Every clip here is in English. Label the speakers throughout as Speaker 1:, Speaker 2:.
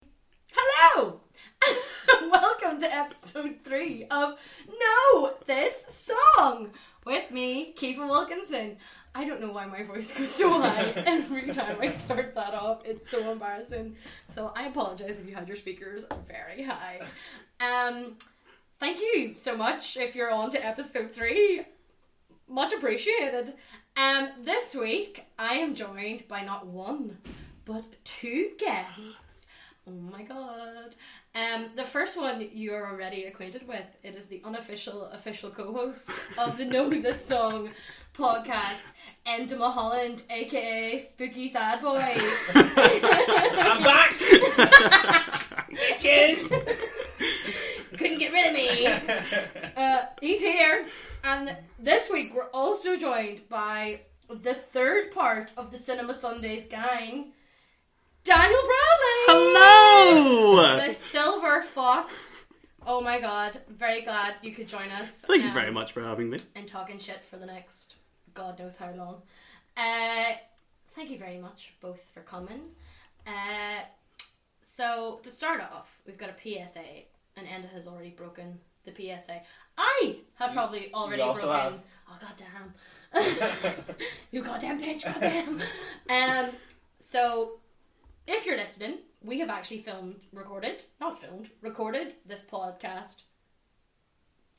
Speaker 1: to episode three of Know This Song with me, Kiefer Wilkinson. I don't know why my voice goes so high every time I start that off. It's so embarrassing. So I apologize if you had your speakers very high. Um, thank you so much if you're on to episode three. Much appreciated. Um, this week I am joined by not one, but two guests. Oh my god. Um, the first one you are already acquainted with. It is the unofficial official co-host of the Know This Song podcast, Enda Mulholland, aka Spooky Sad Boy.
Speaker 2: I'm back! Cheers!
Speaker 1: Couldn't get rid of me. Uh, he's here, and this week we're also joined by the third part of the Cinema Sundays gang, Daniel Bradley,
Speaker 3: Hello!
Speaker 1: the Silver Fox. Oh my God! Very glad you could join us.
Speaker 3: Thank you
Speaker 1: um,
Speaker 3: very much for having me.
Speaker 1: And talking shit for the next God knows how long. Uh, thank you very much both for coming. Uh, so to start off, we've got a PSA, and Enda has already broken the PSA. I have probably already
Speaker 2: also
Speaker 1: broken.
Speaker 2: have.
Speaker 1: Oh goddamn! you goddamn bitch! Goddamn. um. So, if you're listening, we have actually filmed, recorded, not filmed, recorded this podcast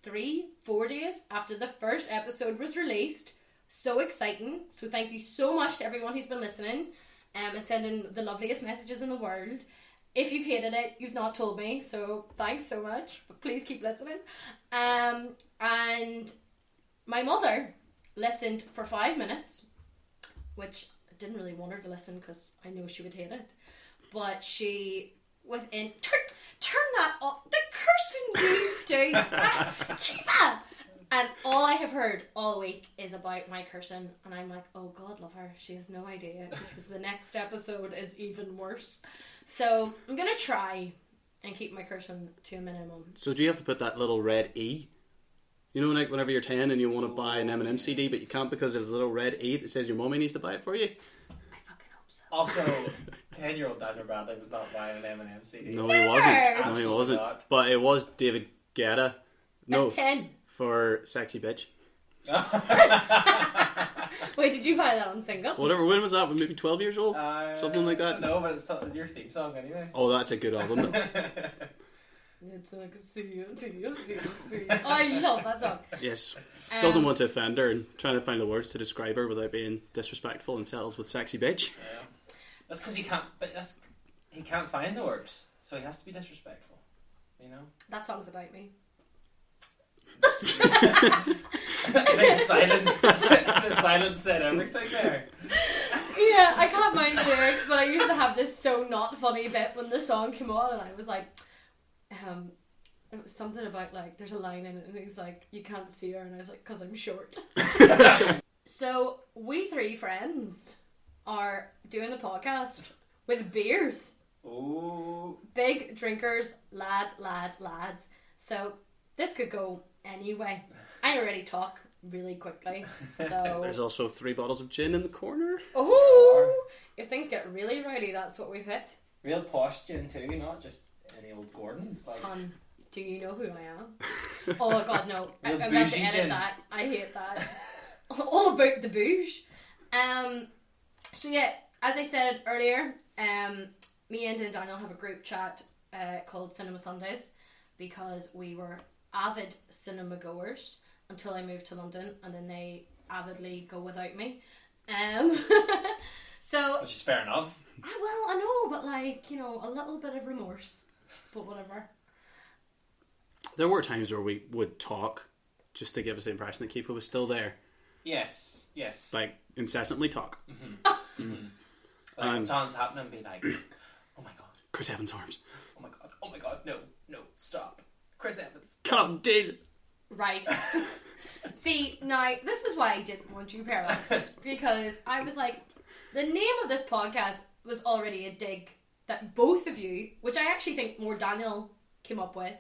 Speaker 1: three, four days after the first episode was released. So exciting. So thank you so much to everyone who's been listening um, and sending the loveliest messages in the world. If you've hated it, you've not told me, so thanks so much. But please keep listening. Um, and my mother listened for five minutes, which I didn't really want her to listen because I know she would hate it. But she within turn turn that off the cursing you do that Kiva! And all I have heard all week is about my cursing, and I'm like, oh God, love her. She has no idea because the next episode is even worse. So I'm gonna try and keep my cursing to a minimum.
Speaker 3: So do you have to put that little red E? You know, like whenever you're 10 and you want to buy an M&M CD, but you can't because there's a little red E that says your mommy needs to buy it for you?
Speaker 1: I fucking hope so.
Speaker 2: Also, 10 year old Daniel Bradley was not buying an Eminem CD.
Speaker 3: No, he wasn't. No, he
Speaker 2: Absolutely
Speaker 3: wasn't.
Speaker 2: not.
Speaker 3: But it was David Guetta. No,
Speaker 1: At ten.
Speaker 3: for Sexy Bitch.
Speaker 1: Wait, did you buy that on single?
Speaker 3: Whatever, when was that? Maybe 12 years old?
Speaker 2: Uh,
Speaker 3: Something like that?
Speaker 2: No, but it's not- your theme song anyway.
Speaker 3: Oh, that's a good album.
Speaker 1: It's like a see you, see you, see you, see you. Oh, I love that song.
Speaker 3: yes.
Speaker 1: Um,
Speaker 3: Doesn't want to offend her and trying to find the words to describe her without being disrespectful and settles with Sexy Bitch.
Speaker 2: That's because he can't. But that's he can't find the words, so he has to be disrespectful. You know.
Speaker 1: That song's about me.
Speaker 2: the silence. the silence said everything there.
Speaker 1: Yeah, I can't mind the lyrics, but I used to have this so not funny bit when the song came on, and I was like, um, it was something about like there's a line in it, and he's like, you can't see her, and I was like, cause I'm short. so we three friends are doing the podcast with beers,
Speaker 2: Ooh.
Speaker 1: big drinkers, lads, lads, lads. So this could go anyway. I already talk really quickly, so
Speaker 3: There's also three bottles of gin in the corner.
Speaker 1: Oh, if things get really rowdy, that's what we've hit.
Speaker 2: Real posh gin too, not just any old Gordon's. Like
Speaker 1: Um, do you know who I am? Oh God, no! I, I'm
Speaker 2: The
Speaker 1: going to have to
Speaker 2: bougie
Speaker 1: edit
Speaker 2: gin.
Speaker 1: that. I hate that. All about the bouge. Um, so yeah, as I said earlier, um, me and Daniel have a group chat uh, called Cinema Sundays because we were avid cinema goers until I moved to London, and then they avidly go without me. Um, so
Speaker 2: which is fair enough.
Speaker 1: I well, I know, but like you know, a little bit of remorse, but whatever.
Speaker 3: There were times where we would talk just to give us the impression that Kiefer was still there,
Speaker 2: Yes. Yes.
Speaker 3: like incessantly talk.
Speaker 2: Like when
Speaker 3: Um,
Speaker 2: something's happening, be like, oh my god,
Speaker 3: Chris Evans' arms.
Speaker 2: oh my god, oh my god, no, no, stop. Chris Evans.
Speaker 3: Cut up, dude.
Speaker 1: Right. See, now this is why I didn't want you parallel because I was like, the name of this podcast was already a dig that both of you, which I actually think more Daniel came up with,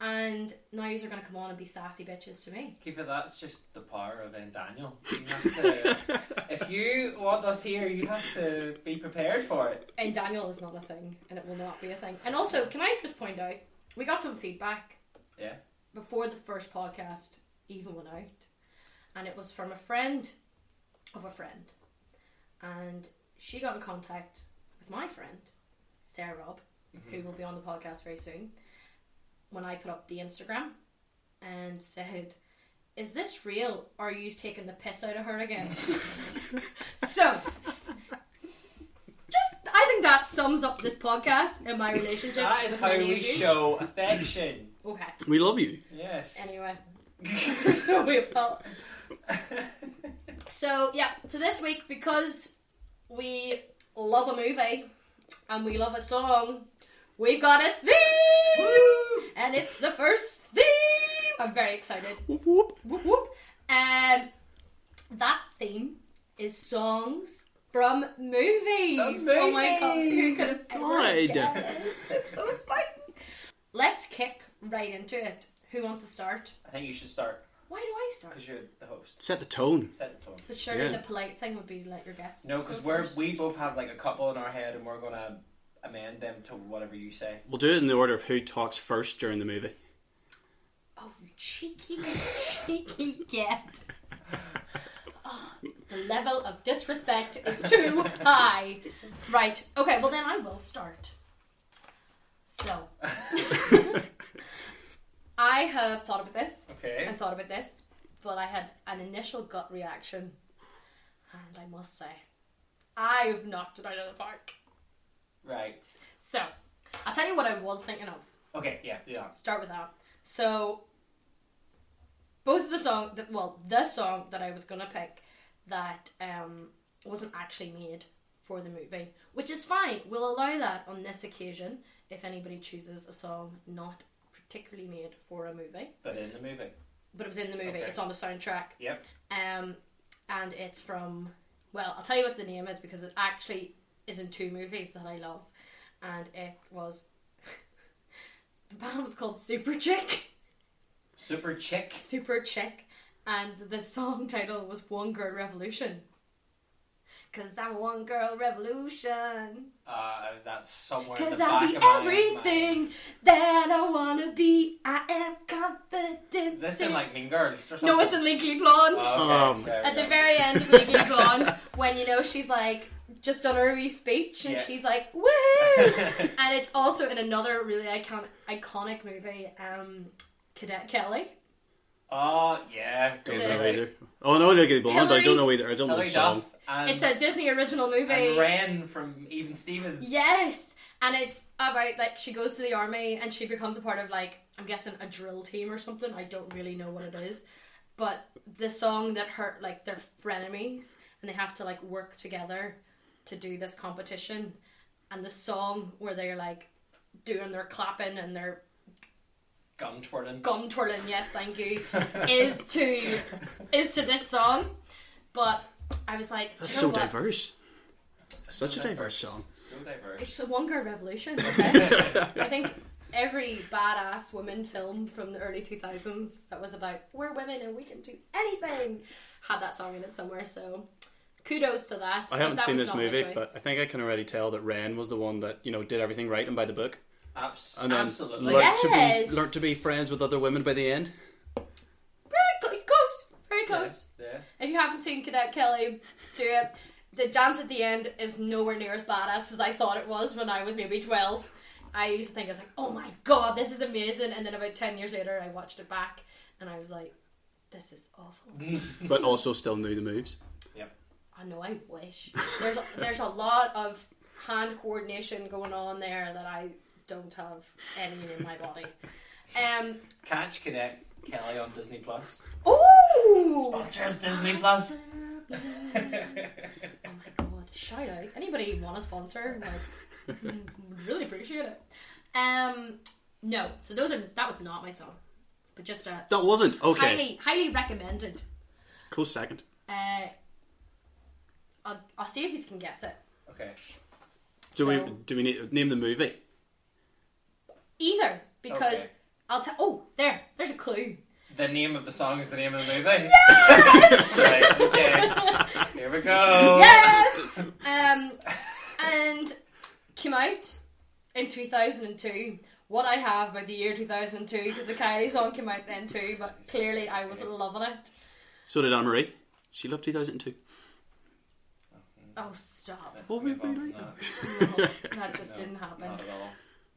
Speaker 1: and now you're going to come on and be sassy bitches to me.
Speaker 2: Keeper, that's just the power of N. Daniel. You have to, if you want us here, you have to be prepared for it.
Speaker 1: And Daniel is not a thing, and it will not be a thing. And also, can I just point out, we got some feedback.
Speaker 2: Yeah.
Speaker 1: Before the first podcast even went out, and it was from a friend of a friend, and she got in contact with my friend Sarah Robb, who
Speaker 2: Mm-hmm.
Speaker 1: will be on the podcast very soon. When I put up the Instagram, and said, "Is this real? Or are you taking the piss out of her again?" so. just I think that sums up this podcast and my relationship.
Speaker 2: That is how we show affection.
Speaker 1: Okay.
Speaker 3: We love you.
Speaker 2: Yes.
Speaker 1: Anyway, That's how we felt. So yeah, so this week because we love a movie and we love a song, we've got a theme, and it's the first theme. I'm very excited.
Speaker 3: Whoop, whoop.
Speaker 1: Whoop whoop. Um, that theme is songs from movies.
Speaker 2: From
Speaker 1: Oh my god, who
Speaker 2: movies.
Speaker 1: could have ever
Speaker 3: Right.
Speaker 1: guessed? It's so exciting. Let's kick right into it. Who wants to start?
Speaker 2: I think you should start
Speaker 1: Why do I start?
Speaker 2: because you're the host.
Speaker 3: Set the tone.
Speaker 2: Set the tone.
Speaker 1: But surely
Speaker 3: Yeah.
Speaker 1: the polite thing would be to let your guests.
Speaker 2: No,
Speaker 1: go
Speaker 2: because we're
Speaker 1: first.
Speaker 2: we both have like a couple in our head, and we're gonna amend them to whatever you say.
Speaker 3: We'll do it in the order of who talks first during the movie.
Speaker 1: Oh, you cheeky, cheeky get. Oh, the level of disrespect is too high. Right. Okay, well, then I will start. So, I have thought about this
Speaker 2: Okay.
Speaker 1: and thought about this, but I had an initial gut reaction, and I must say, I've knocked it out of the park.
Speaker 2: Right.
Speaker 1: So, I'll tell you what I was thinking of.
Speaker 2: Okay. Yeah. Do that.
Speaker 1: start with that. So, both of the song, that well, the song that I was gonna pick that um, wasn't actually made for the movie, which is fine. We'll allow that on this occasion if anybody chooses a song not particularly made for a movie,
Speaker 2: But in the movie.
Speaker 1: but it was in the movie.
Speaker 2: Okay.
Speaker 1: It's on the soundtrack.
Speaker 2: Yep.
Speaker 1: Um, and it's from well, I'll tell you what the name is because it actually is in two movies that I love, and it was the band was called Super Chick,
Speaker 2: Super chick.
Speaker 1: Super Chick, and the song title was One Girl Revolution. Cause I'm a one girl revolution.
Speaker 2: Uh, that's somewhere in the
Speaker 1: Cause
Speaker 2: back
Speaker 1: I'll
Speaker 2: of
Speaker 1: be
Speaker 2: my mind.
Speaker 1: everything that I wanna be. I am confident.
Speaker 2: Is this in like Mean Girls or something?
Speaker 1: no, it's in Legally Blonde.
Speaker 2: Oh,
Speaker 3: Um,
Speaker 2: okay, there
Speaker 1: At the
Speaker 2: we go.
Speaker 1: very end of Legally Blonde, when you know she's like just done her wee speech and
Speaker 2: Yeah.
Speaker 1: she's like woohoo, and it's also in another really icon- iconic movie, um, Cadet Kelly.
Speaker 2: oh yeah.
Speaker 3: Don't
Speaker 1: The-
Speaker 3: know either. Oh no, Legally Blonde. I
Speaker 1: Hillary-
Speaker 3: don't know either. I don't know
Speaker 2: Hilary
Speaker 3: the song.
Speaker 2: Duff and,
Speaker 1: It's a Disney original
Speaker 2: and
Speaker 1: movie.
Speaker 2: Ren from Even Stevens.
Speaker 1: Yes, and it's about like she goes to the army and she becomes a part of like I'm guessing a drill team or something. I don't really know what it is, but the song that her like they're frenemies and they have to like work together to do this competition, and the song where they're like doing their clapping and their
Speaker 2: Gun twirling.
Speaker 1: gum twirling, yes, thank you, is to is to this song, but. I was like,
Speaker 3: That's
Speaker 1: you know
Speaker 3: so
Speaker 1: what?
Speaker 3: diverse. Such a diverse song.
Speaker 2: So diverse.
Speaker 1: It's a one girl revolution. Okay? I think every badass woman film from the early 2000s that was about we're women and we can do anything had that song in it somewhere. So kudos to that.
Speaker 3: I
Speaker 1: But
Speaker 3: haven't
Speaker 1: that
Speaker 3: seen
Speaker 1: was
Speaker 3: this
Speaker 1: not my
Speaker 3: movie,
Speaker 1: choice.
Speaker 3: but I think I can already tell that Ren was the one that you know did everything right and by the book,
Speaker 2: Abs-
Speaker 3: and then
Speaker 2: absolutely.
Speaker 3: learnt
Speaker 1: Yes.
Speaker 3: to be learnt to be friends with other women by the end.
Speaker 1: very clo- close, very close.
Speaker 2: Yeah.
Speaker 1: If you haven't seen Cadet Kelly, do it. The dance at the end is nowhere near as badass as I thought it was when I was maybe 12. I used to think I was like, oh my god, this is amazing. And then about 10 years later, I watched it back and I was like, this is awful.
Speaker 3: but also still knew the moves.
Speaker 1: I know. I wish there's a, there's a lot of hand coordination going on there that I don't have any in my body. Um.
Speaker 2: Catch Cadet Kelly on Disney Plus.
Speaker 1: Oh.
Speaker 2: Sponsors Disney Plus.
Speaker 1: Oh my god! Shout out. Anybody want a sponsor? Like, mm, really appreciate it. Um. No. So those are that was not my song, but just a
Speaker 3: That wasn't okay.
Speaker 1: highly highly recommended.
Speaker 3: Close second.
Speaker 1: Uh. I'll, I'll see if you can guess it.
Speaker 2: okay.
Speaker 3: Do we
Speaker 1: So-
Speaker 3: do we need, name the movie?
Speaker 1: Either because
Speaker 2: Okay.
Speaker 1: I'll tell. Oh, there. There's a clue.
Speaker 2: The name of the song is the name of the movie. Right, okay. Here we go.
Speaker 1: Yes. um, and came out in 2002 what I have about the year 2002 because the Kylie song came out then too, but clearly I wasn't loving it.
Speaker 3: So did Anne Marie. She loved 2002.
Speaker 1: Oh, stop.
Speaker 2: Let's
Speaker 3: Well, we-
Speaker 2: move on
Speaker 3: we-
Speaker 2: from
Speaker 3: we-
Speaker 2: that.
Speaker 1: No, that just
Speaker 2: No,
Speaker 1: didn't happen.
Speaker 2: Not at all.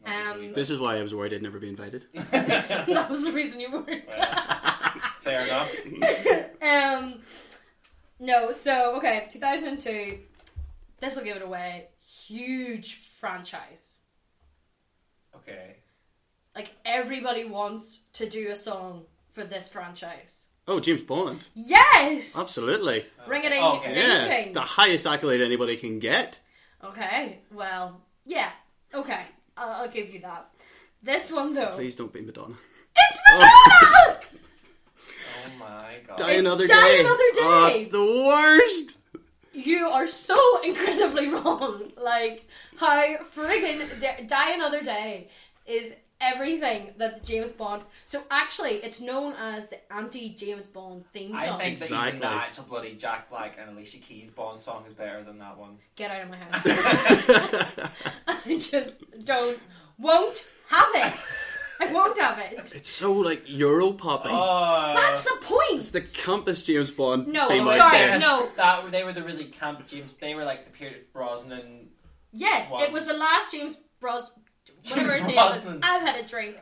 Speaker 2: Not
Speaker 1: Um,
Speaker 2: really,
Speaker 3: This is why I was worried I'd never be invited.
Speaker 2: but-
Speaker 1: that was the reason you weren't.
Speaker 2: Well, fair enough.
Speaker 1: um, no, so okay, 2002. This will give it away. Huge franchise.
Speaker 2: Okay.
Speaker 1: Like everybody wants to do a song for this franchise.
Speaker 3: Oh, James Bond.
Speaker 1: Yes.
Speaker 3: Absolutely.
Speaker 1: Ring a ding,
Speaker 2: Oh, okay.
Speaker 1: ding
Speaker 3: Yeah.
Speaker 1: ding.
Speaker 3: The highest accolade anybody can get.
Speaker 1: Okay. Well, yeah. Okay, I'll, I'll give you that. This one though,
Speaker 3: Please don't be Madonna.
Speaker 1: it's Madonna.
Speaker 2: Oh my god.
Speaker 3: Die another
Speaker 1: Die
Speaker 3: day.
Speaker 1: Another Day.
Speaker 3: Oh, it's the worst.
Speaker 1: you are so incredibly wrong. Like, how friggin' da- Die Another Day is everything that the James Bond. So, actually, it's known as the anti James Bond theme
Speaker 2: I
Speaker 1: song.
Speaker 2: think that even
Speaker 3: Exactly.
Speaker 2: the actual bloody Jack Black and Alicia Keys Bond song is better than that one.
Speaker 1: Get out of my house. I just don't, won't have it. I won't have it.
Speaker 3: It's so like Euro popping.
Speaker 2: Oh,
Speaker 1: That's the
Speaker 3: It's
Speaker 1: point.
Speaker 3: the campus James Bond.
Speaker 1: No,
Speaker 3: theme
Speaker 1: I'm
Speaker 3: out
Speaker 1: sorry,
Speaker 3: there.
Speaker 1: no.
Speaker 2: That they were the really camp James. They were like the Pierce Brosnan.
Speaker 1: Yes, it was the last James Bros. Whatever his
Speaker 2: James
Speaker 1: name was.
Speaker 2: Brosnan.
Speaker 1: I've had a drink.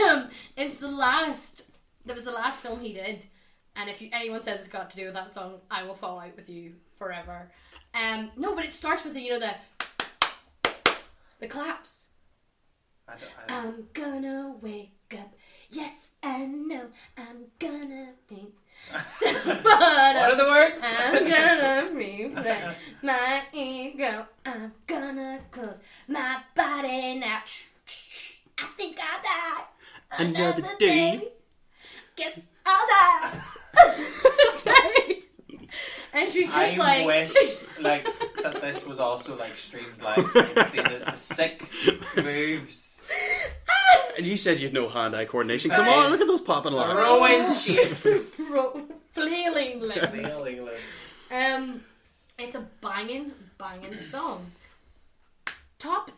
Speaker 1: um, it's the last. That was the last film he did, and if you, anyone says it's got to do with that song, I will fall out with you forever. Um, no, but it starts with the you know the the claps.
Speaker 2: I don't, I don't,
Speaker 1: I'm gonna wake up. Yes and no. I'm gonna think. Ah.
Speaker 2: what are the words?
Speaker 1: I'm gonna replay my ego. I'm gonna close my body now. I think I'll die.
Speaker 3: Another day.
Speaker 1: Guess I'll die. Today. and she's just
Speaker 2: I
Speaker 1: like,
Speaker 2: wish like that this was also like streamed live so you could see the, the sick moves.
Speaker 3: And you said you had no hand-eye coordination.
Speaker 2: That
Speaker 3: Come on,
Speaker 2: is-
Speaker 3: look at those popping locks.
Speaker 2: Rowan shapes.
Speaker 1: Ro- flailing limbs.
Speaker 2: Failing limbs.
Speaker 1: Um, it's a banging, banging song. Top.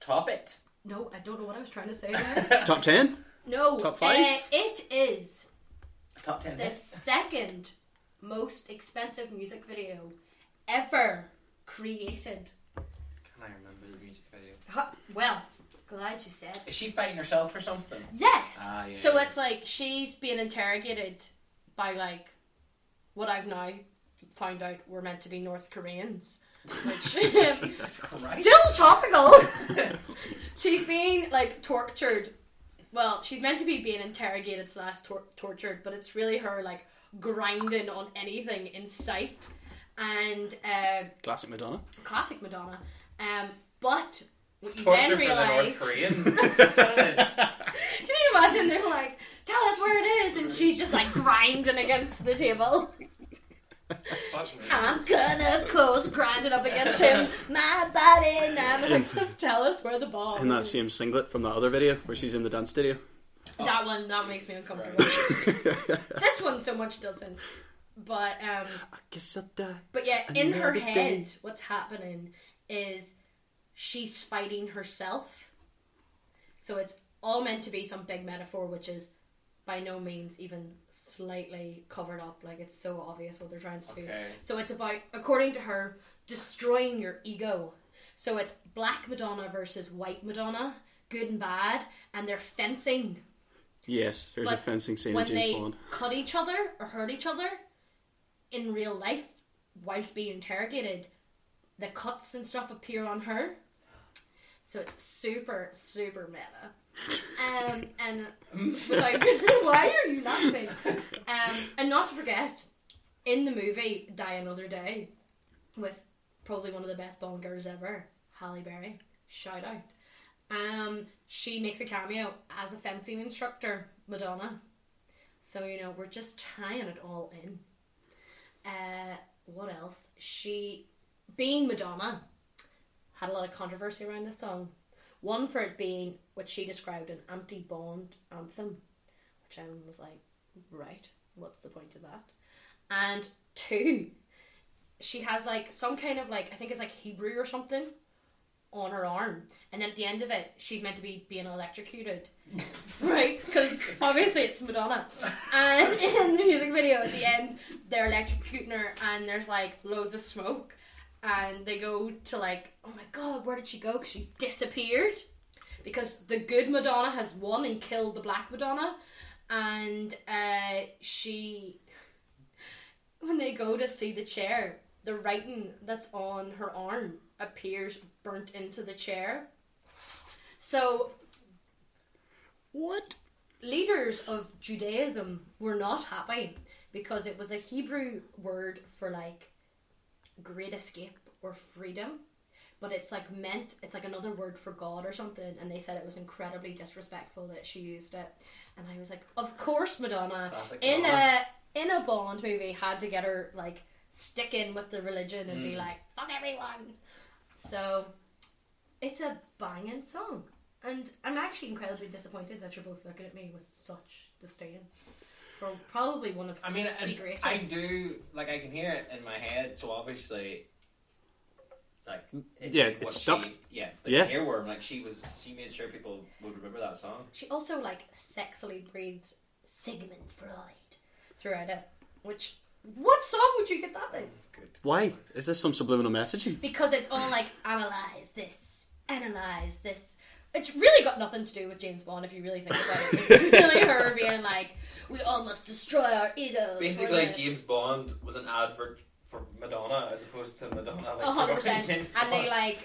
Speaker 2: Top it.
Speaker 1: No, I don't know what I was trying to say. There.
Speaker 3: Top ten.
Speaker 1: No.
Speaker 3: Top five?
Speaker 1: Uh, it is
Speaker 2: Top ten.
Speaker 1: the second most expensive music video ever created.
Speaker 2: Can I remember the music video?
Speaker 1: Huh, Well, glad you said.
Speaker 2: Is she fighting herself or something?
Speaker 1: Yes.
Speaker 2: Ah, yeah,
Speaker 1: so
Speaker 2: yeah.
Speaker 1: it's like she's being interrogated by like what I've now found out were meant to be North Koreans, which
Speaker 2: Jesus Christ.
Speaker 1: still topical. she's being like tortured. Well, she's meant to be being interrogated slash tor- tortured, but it's really her like grinding on anything in sight. And uh,
Speaker 3: Classic Madonna.
Speaker 1: classic Madonna. Um, but what
Speaker 2: It's
Speaker 1: you
Speaker 2: torture
Speaker 1: then
Speaker 2: for the
Speaker 1: realize,
Speaker 2: North Koreans. That's what it is.
Speaker 1: can you imagine? They're like, "Tell us where it is," and she's just like grinding against the table.
Speaker 2: Fuck me.
Speaker 1: I'm gonna cause grinding up against him, my body, now. I'm like, just tell us where the ball.
Speaker 3: In that
Speaker 1: is."
Speaker 3: same singlet from that other video where she's in the dance studio.
Speaker 1: That one that makes me uncomfortable. this one so much doesn't. But um
Speaker 3: I guess I'll die.
Speaker 1: but yeah, in her
Speaker 3: Another
Speaker 1: head what's happening is she's fighting herself. So it's all meant to be some big metaphor which is by no means even slightly covered up. Like it's so obvious what they're trying to do.
Speaker 2: Okay.
Speaker 1: So it's about, according to her, destroying your ego. So it's black Madonna versus white Madonna, good and bad, and they're fencing
Speaker 3: Yes, there's a
Speaker 1: But
Speaker 3: fencing scene in
Speaker 1: when
Speaker 3: James
Speaker 1: they
Speaker 3: Bond.
Speaker 1: cut each other or hurt each other in real life whilst being interrogated the cuts and stuff appear on her so it's super super meta um, and like why are you laughing um, and not to forget in the movie die another day with probably one of the best bond girls ever halle berry shout out um, she makes a cameo as a fencing instructor madonna so you know, we're just tying it all in. Uh, what else? She, being Madonna, had a lot of controversy around this song. One for it being what she described an anti-Bond anthem, which I was like, right, what's the point of that? And two, she has like some kind of like I think it's like Hebrew or something on her arm, and then at the end of it, she's meant to be being electrocuted, right? Because obviously it's Madonna. And in the music video, at the end, they're electrocuting her, and there's like loads of smoke, and they go to like, oh my god, where did she go? Because she's disappeared, because the good Madonna has won and killed the black Madonna, and uh, she when they go to see the chair, the writing that's on her arm appears burnt into the chair. So,
Speaker 3: What?
Speaker 1: leaders of Judaism were not happy because it was a Hebrew word for like great escape or freedom, but it's like meant, it's like another word for God or something, and they said it was incredibly disrespectful that she used it. And I was like, Of course, Madonna,
Speaker 2: Classic
Speaker 1: in
Speaker 2: Madonna.
Speaker 1: a in a Bond movie had to get her like stick in with the religion and
Speaker 2: Mm.
Speaker 1: be like, fuck everyone. So it's a banging song. And I'm actually incredibly disappointed that you're both looking at me with such disdain. For probably one of
Speaker 2: I mean,
Speaker 1: the
Speaker 2: it's,
Speaker 1: greatest.
Speaker 2: I do like I can hear it in my head. So obviously, like it,
Speaker 3: Mm, Yeah,
Speaker 2: what
Speaker 3: it's stuck.
Speaker 2: She, yeah, it's like
Speaker 3: Yeah.
Speaker 2: an earworm. Like she was, she made sure people would remember that song.
Speaker 1: She also like sexily breathes Sigmund Freud throughout it. Which what song would you get that in?
Speaker 2: Good.
Speaker 3: Why? Is this some subliminal messaging?
Speaker 1: Because it's all like analyze this, analyze this. It's really got nothing to do with James Bond if you really think about it. It's really her being like, we all must destroy our egos. for
Speaker 2: Basically,
Speaker 1: the-
Speaker 2: James Bond was an advert for Madonna as opposed to Madonna. Like,
Speaker 1: A hundred
Speaker 2: promoting
Speaker 1: percent.
Speaker 2: James
Speaker 1: And they
Speaker 2: Bond.
Speaker 1: like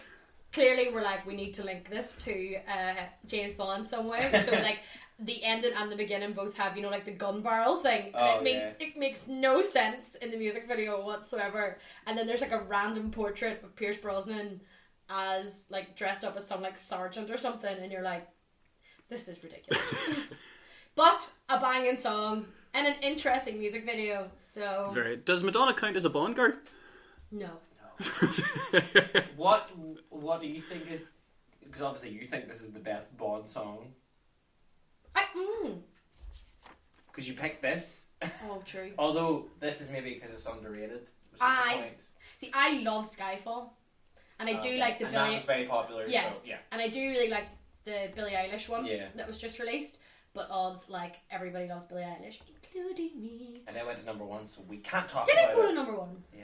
Speaker 1: clearly were like, we need to link this to uh, James Bond somewhere. So like the end and the beginning both have you know like the gun barrel thing. And
Speaker 2: Oh,
Speaker 1: it, make,
Speaker 2: yeah.
Speaker 1: it makes no sense in the music video whatsoever. And then there's like a random portrait of Pierce Brosnan as like dressed up as some like sergeant or something, and you're like, this is ridiculous. but a banging song. And an interesting music video, so
Speaker 3: Very. Does Madonna count as a Bond girl?
Speaker 1: no.
Speaker 2: What What do you think is? Because obviously you think this is the best Bond song
Speaker 1: I, mm.
Speaker 2: because you picked this.
Speaker 1: Oh, true.
Speaker 2: Although this is maybe because it's underrated. Which is
Speaker 1: Aye.
Speaker 2: the point.
Speaker 1: See, I love Skyfall, and I do
Speaker 2: Okay.
Speaker 1: like the
Speaker 2: and
Speaker 1: Billie,
Speaker 2: that was very popular.
Speaker 1: Yes.
Speaker 2: So, yeah.
Speaker 1: and I do really like the Billie Eilish one
Speaker 2: Yeah.
Speaker 1: that was just released. But odds like everybody loves Billie Eilish, including me.
Speaker 2: And it went to number one, so we can't talk
Speaker 1: Did
Speaker 2: about
Speaker 1: it go
Speaker 2: it.
Speaker 1: to number one?
Speaker 2: Yeah.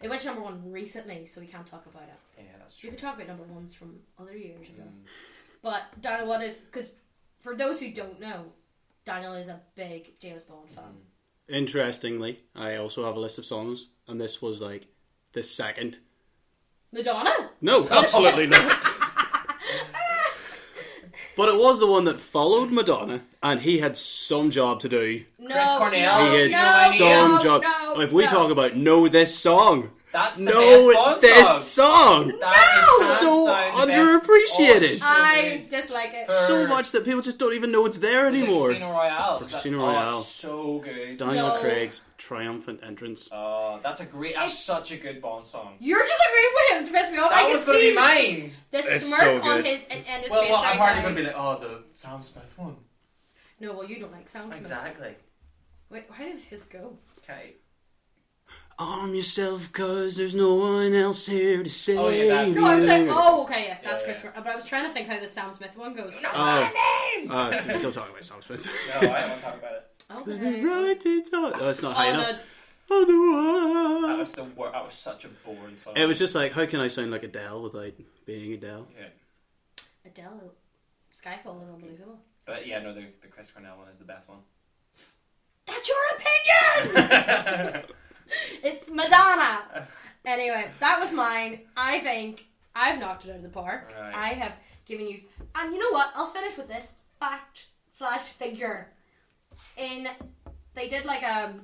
Speaker 1: It went to number one recently, so we can't talk about it.
Speaker 2: Yeah, that's
Speaker 1: We
Speaker 2: true.
Speaker 1: could talk about number ones from other years ago.
Speaker 2: Mm.
Speaker 1: But Daniel, what is because for those who don't know, Daniel is a big James Bond fan.
Speaker 2: Mm-hmm.
Speaker 3: Interestingly, I also have a list of songs, and this was like the second.
Speaker 1: Madonna.
Speaker 3: No, absolutely not. But it was the one that followed Madonna, and he had some job to do.
Speaker 1: No,
Speaker 2: Chris Cornell.
Speaker 1: no,
Speaker 3: He had
Speaker 1: no,
Speaker 3: some
Speaker 1: no,
Speaker 3: job.
Speaker 1: no,
Speaker 3: if we
Speaker 1: no.
Speaker 3: talk about know this song,
Speaker 2: That's the best
Speaker 3: know
Speaker 2: Bond
Speaker 3: this
Speaker 2: song.
Speaker 3: song,
Speaker 2: That is hands
Speaker 3: So
Speaker 2: down the
Speaker 3: underappreciated.
Speaker 2: best Bond song
Speaker 1: I
Speaker 2: made.
Speaker 1: dislike it.
Speaker 2: For-
Speaker 3: so much that people just don't even know it's there
Speaker 2: Was it
Speaker 3: anymore.
Speaker 2: Casino Royale. Was that-
Speaker 3: Casino
Speaker 2: oh,
Speaker 3: Royale.
Speaker 2: it's so good.
Speaker 3: Daniel
Speaker 1: No.
Speaker 3: Craig's triumphant entrance.
Speaker 2: Oh, that's a great. That's
Speaker 1: It's-
Speaker 2: such a good Bond song.
Speaker 1: You're just agreeing with him to piss me off. I
Speaker 2: That
Speaker 1: can
Speaker 2: was going to
Speaker 1: see
Speaker 2: be mine.
Speaker 1: the
Speaker 3: It's
Speaker 1: smirk
Speaker 3: so
Speaker 1: on
Speaker 3: good.
Speaker 1: his and, and his
Speaker 2: Well,
Speaker 1: face
Speaker 2: well,
Speaker 1: right
Speaker 2: I'm hardly
Speaker 1: now.
Speaker 2: going to be like, oh, the Sam Smith one.
Speaker 1: No, well, you don't like Sam Smith.
Speaker 2: Exactly.
Speaker 1: Wait, where does his go?
Speaker 2: Okay.
Speaker 3: Arm yourself, cause there's no one else here to save
Speaker 2: Oh, yeah, that's-
Speaker 1: No, I was like,
Speaker 3: you.
Speaker 1: oh, okay, yes, that's
Speaker 2: Yeah,
Speaker 1: Chris.
Speaker 2: yeah.
Speaker 1: Mar- But I was trying to think how the Sam Smith one goes.
Speaker 2: You know
Speaker 3: Uh,
Speaker 2: my name.
Speaker 3: don't talk about Sam Smith.
Speaker 2: no, I won't talk about it.
Speaker 3: Is
Speaker 1: Okay.
Speaker 3: the right to talk? Oh, it's not high
Speaker 1: Oh,
Speaker 3: enough.
Speaker 1: no.
Speaker 3: Oh,
Speaker 2: That
Speaker 3: no.
Speaker 2: was the wor- That was such a boring song.
Speaker 3: It was just like, how can I sound like Adele without being Adele?
Speaker 2: Yeah.
Speaker 1: Adele, Skyfall is unbelievable.
Speaker 2: But yeah, no, the, the Chris Cornell one is the best one.
Speaker 1: That's your opinion. it's Madonna. Anyway, that was mine. I think I've knocked it out of the park.
Speaker 2: Right.
Speaker 1: I have given you, and you know what? I'll finish with this fact slash figure. In they did like a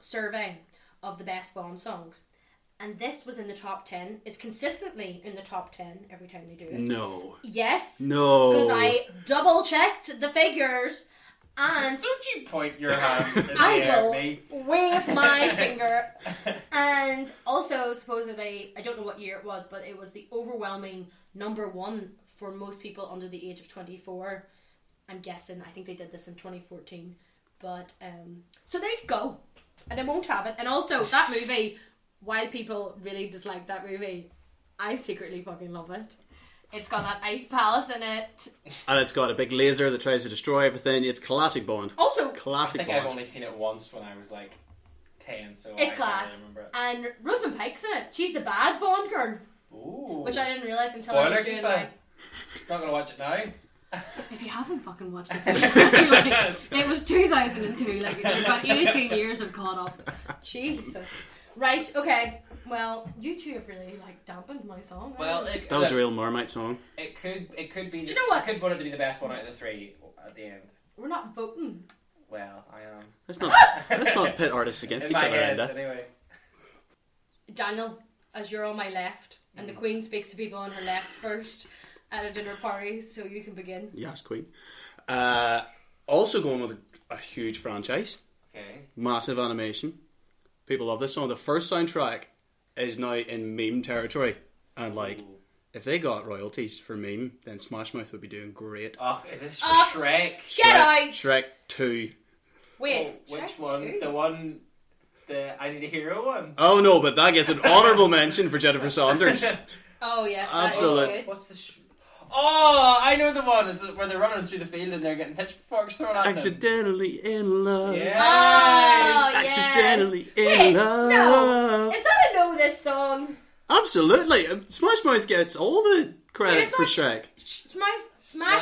Speaker 1: survey of the best Bond songs, and this was in the top ten. It's consistently in the top ten every time they do it.
Speaker 3: No.
Speaker 1: Yes,
Speaker 3: No.
Speaker 1: because I double checked the figures, and
Speaker 2: Don't you point your hand in the
Speaker 1: I
Speaker 2: air
Speaker 1: will
Speaker 2: at me.
Speaker 1: wave my finger. And also, supposedly, I don't know what year it was, but it was the overwhelming number one for most people under the age of 24. I'm guessing. I think they did this in 2014. But, um, so there you go. And I won't have it. And also, that movie, while people really dislike that movie, I secretly fucking love it. It's got that ice palace in it.
Speaker 3: And it's got a big laser that tries to destroy everything. It's classic Bond.
Speaker 1: Also,
Speaker 2: I
Speaker 3: Classic
Speaker 2: think
Speaker 3: Bond.
Speaker 2: I've only seen it once when I was like ten, so
Speaker 1: It's
Speaker 2: I
Speaker 1: class.
Speaker 2: Can't really remember it.
Speaker 1: and Rosamund Pike's in it. She's the bad Bond girl,
Speaker 2: Ooh.
Speaker 1: which I didn't realize until I
Speaker 2: Spoiler,
Speaker 1: was doing
Speaker 2: Keith.
Speaker 1: my.
Speaker 2: I'm Not gonna watch it now.
Speaker 1: If you haven't fucking watched it, like, it was 2002. Like you've got 18 years of caught up. Jesus. Right. Okay. Well, you two have really like dampened my song.
Speaker 2: Well, it,
Speaker 3: That was a
Speaker 2: look,
Speaker 3: real Marmite song.
Speaker 2: it could it could be.
Speaker 1: Do you know what?
Speaker 2: I could vote it to be the best one out of the three at the end.
Speaker 1: we're not voting.
Speaker 2: Well, I am.
Speaker 3: Let's not let's not pit artists against
Speaker 2: In
Speaker 3: each
Speaker 2: my
Speaker 3: other.
Speaker 2: head,
Speaker 3: Enda.
Speaker 2: anyway.
Speaker 1: Daniel, as you're on my left, and the Queen speaks to people on her left first at a dinner party, so you can begin.
Speaker 3: Yes, Queen. Uh, also going with a, a huge franchise,
Speaker 2: Okay.
Speaker 3: massive animation. People love this song. The first soundtrack is now in meme territory, and like
Speaker 2: Ooh.
Speaker 3: if they got royalties for meme, then Smash Mouth would be doing great.
Speaker 2: Oh, is this for
Speaker 1: Uh,
Speaker 2: Shrek?
Speaker 1: Get
Speaker 3: Shrek,
Speaker 1: out!
Speaker 3: Shrek Two.
Speaker 1: Wait,
Speaker 2: Oh, which
Speaker 1: Shrek
Speaker 2: one?
Speaker 1: two?
Speaker 2: The one. The I Need a Hero one.
Speaker 3: Oh no, but that gets an honourable mention for Jennifer Saunders.
Speaker 1: Oh yes,
Speaker 3: Absolute.
Speaker 1: absolutely. good.
Speaker 2: What's the? Sh- oh, I know the one. Is where they're running through the field and they're getting pitchforks thrown at them.
Speaker 3: Accidentally in love.
Speaker 1: Oh,
Speaker 2: Yeah.
Speaker 1: yes.
Speaker 3: Accidentally in
Speaker 1: Wait,
Speaker 3: love.
Speaker 1: no. Is that a know this song?
Speaker 3: Absolutely. Um, Smash Mouth gets all the
Speaker 1: But
Speaker 3: credit
Speaker 1: it's
Speaker 3: for
Speaker 1: not-
Speaker 3: Shrek.
Speaker 1: Smash, Smash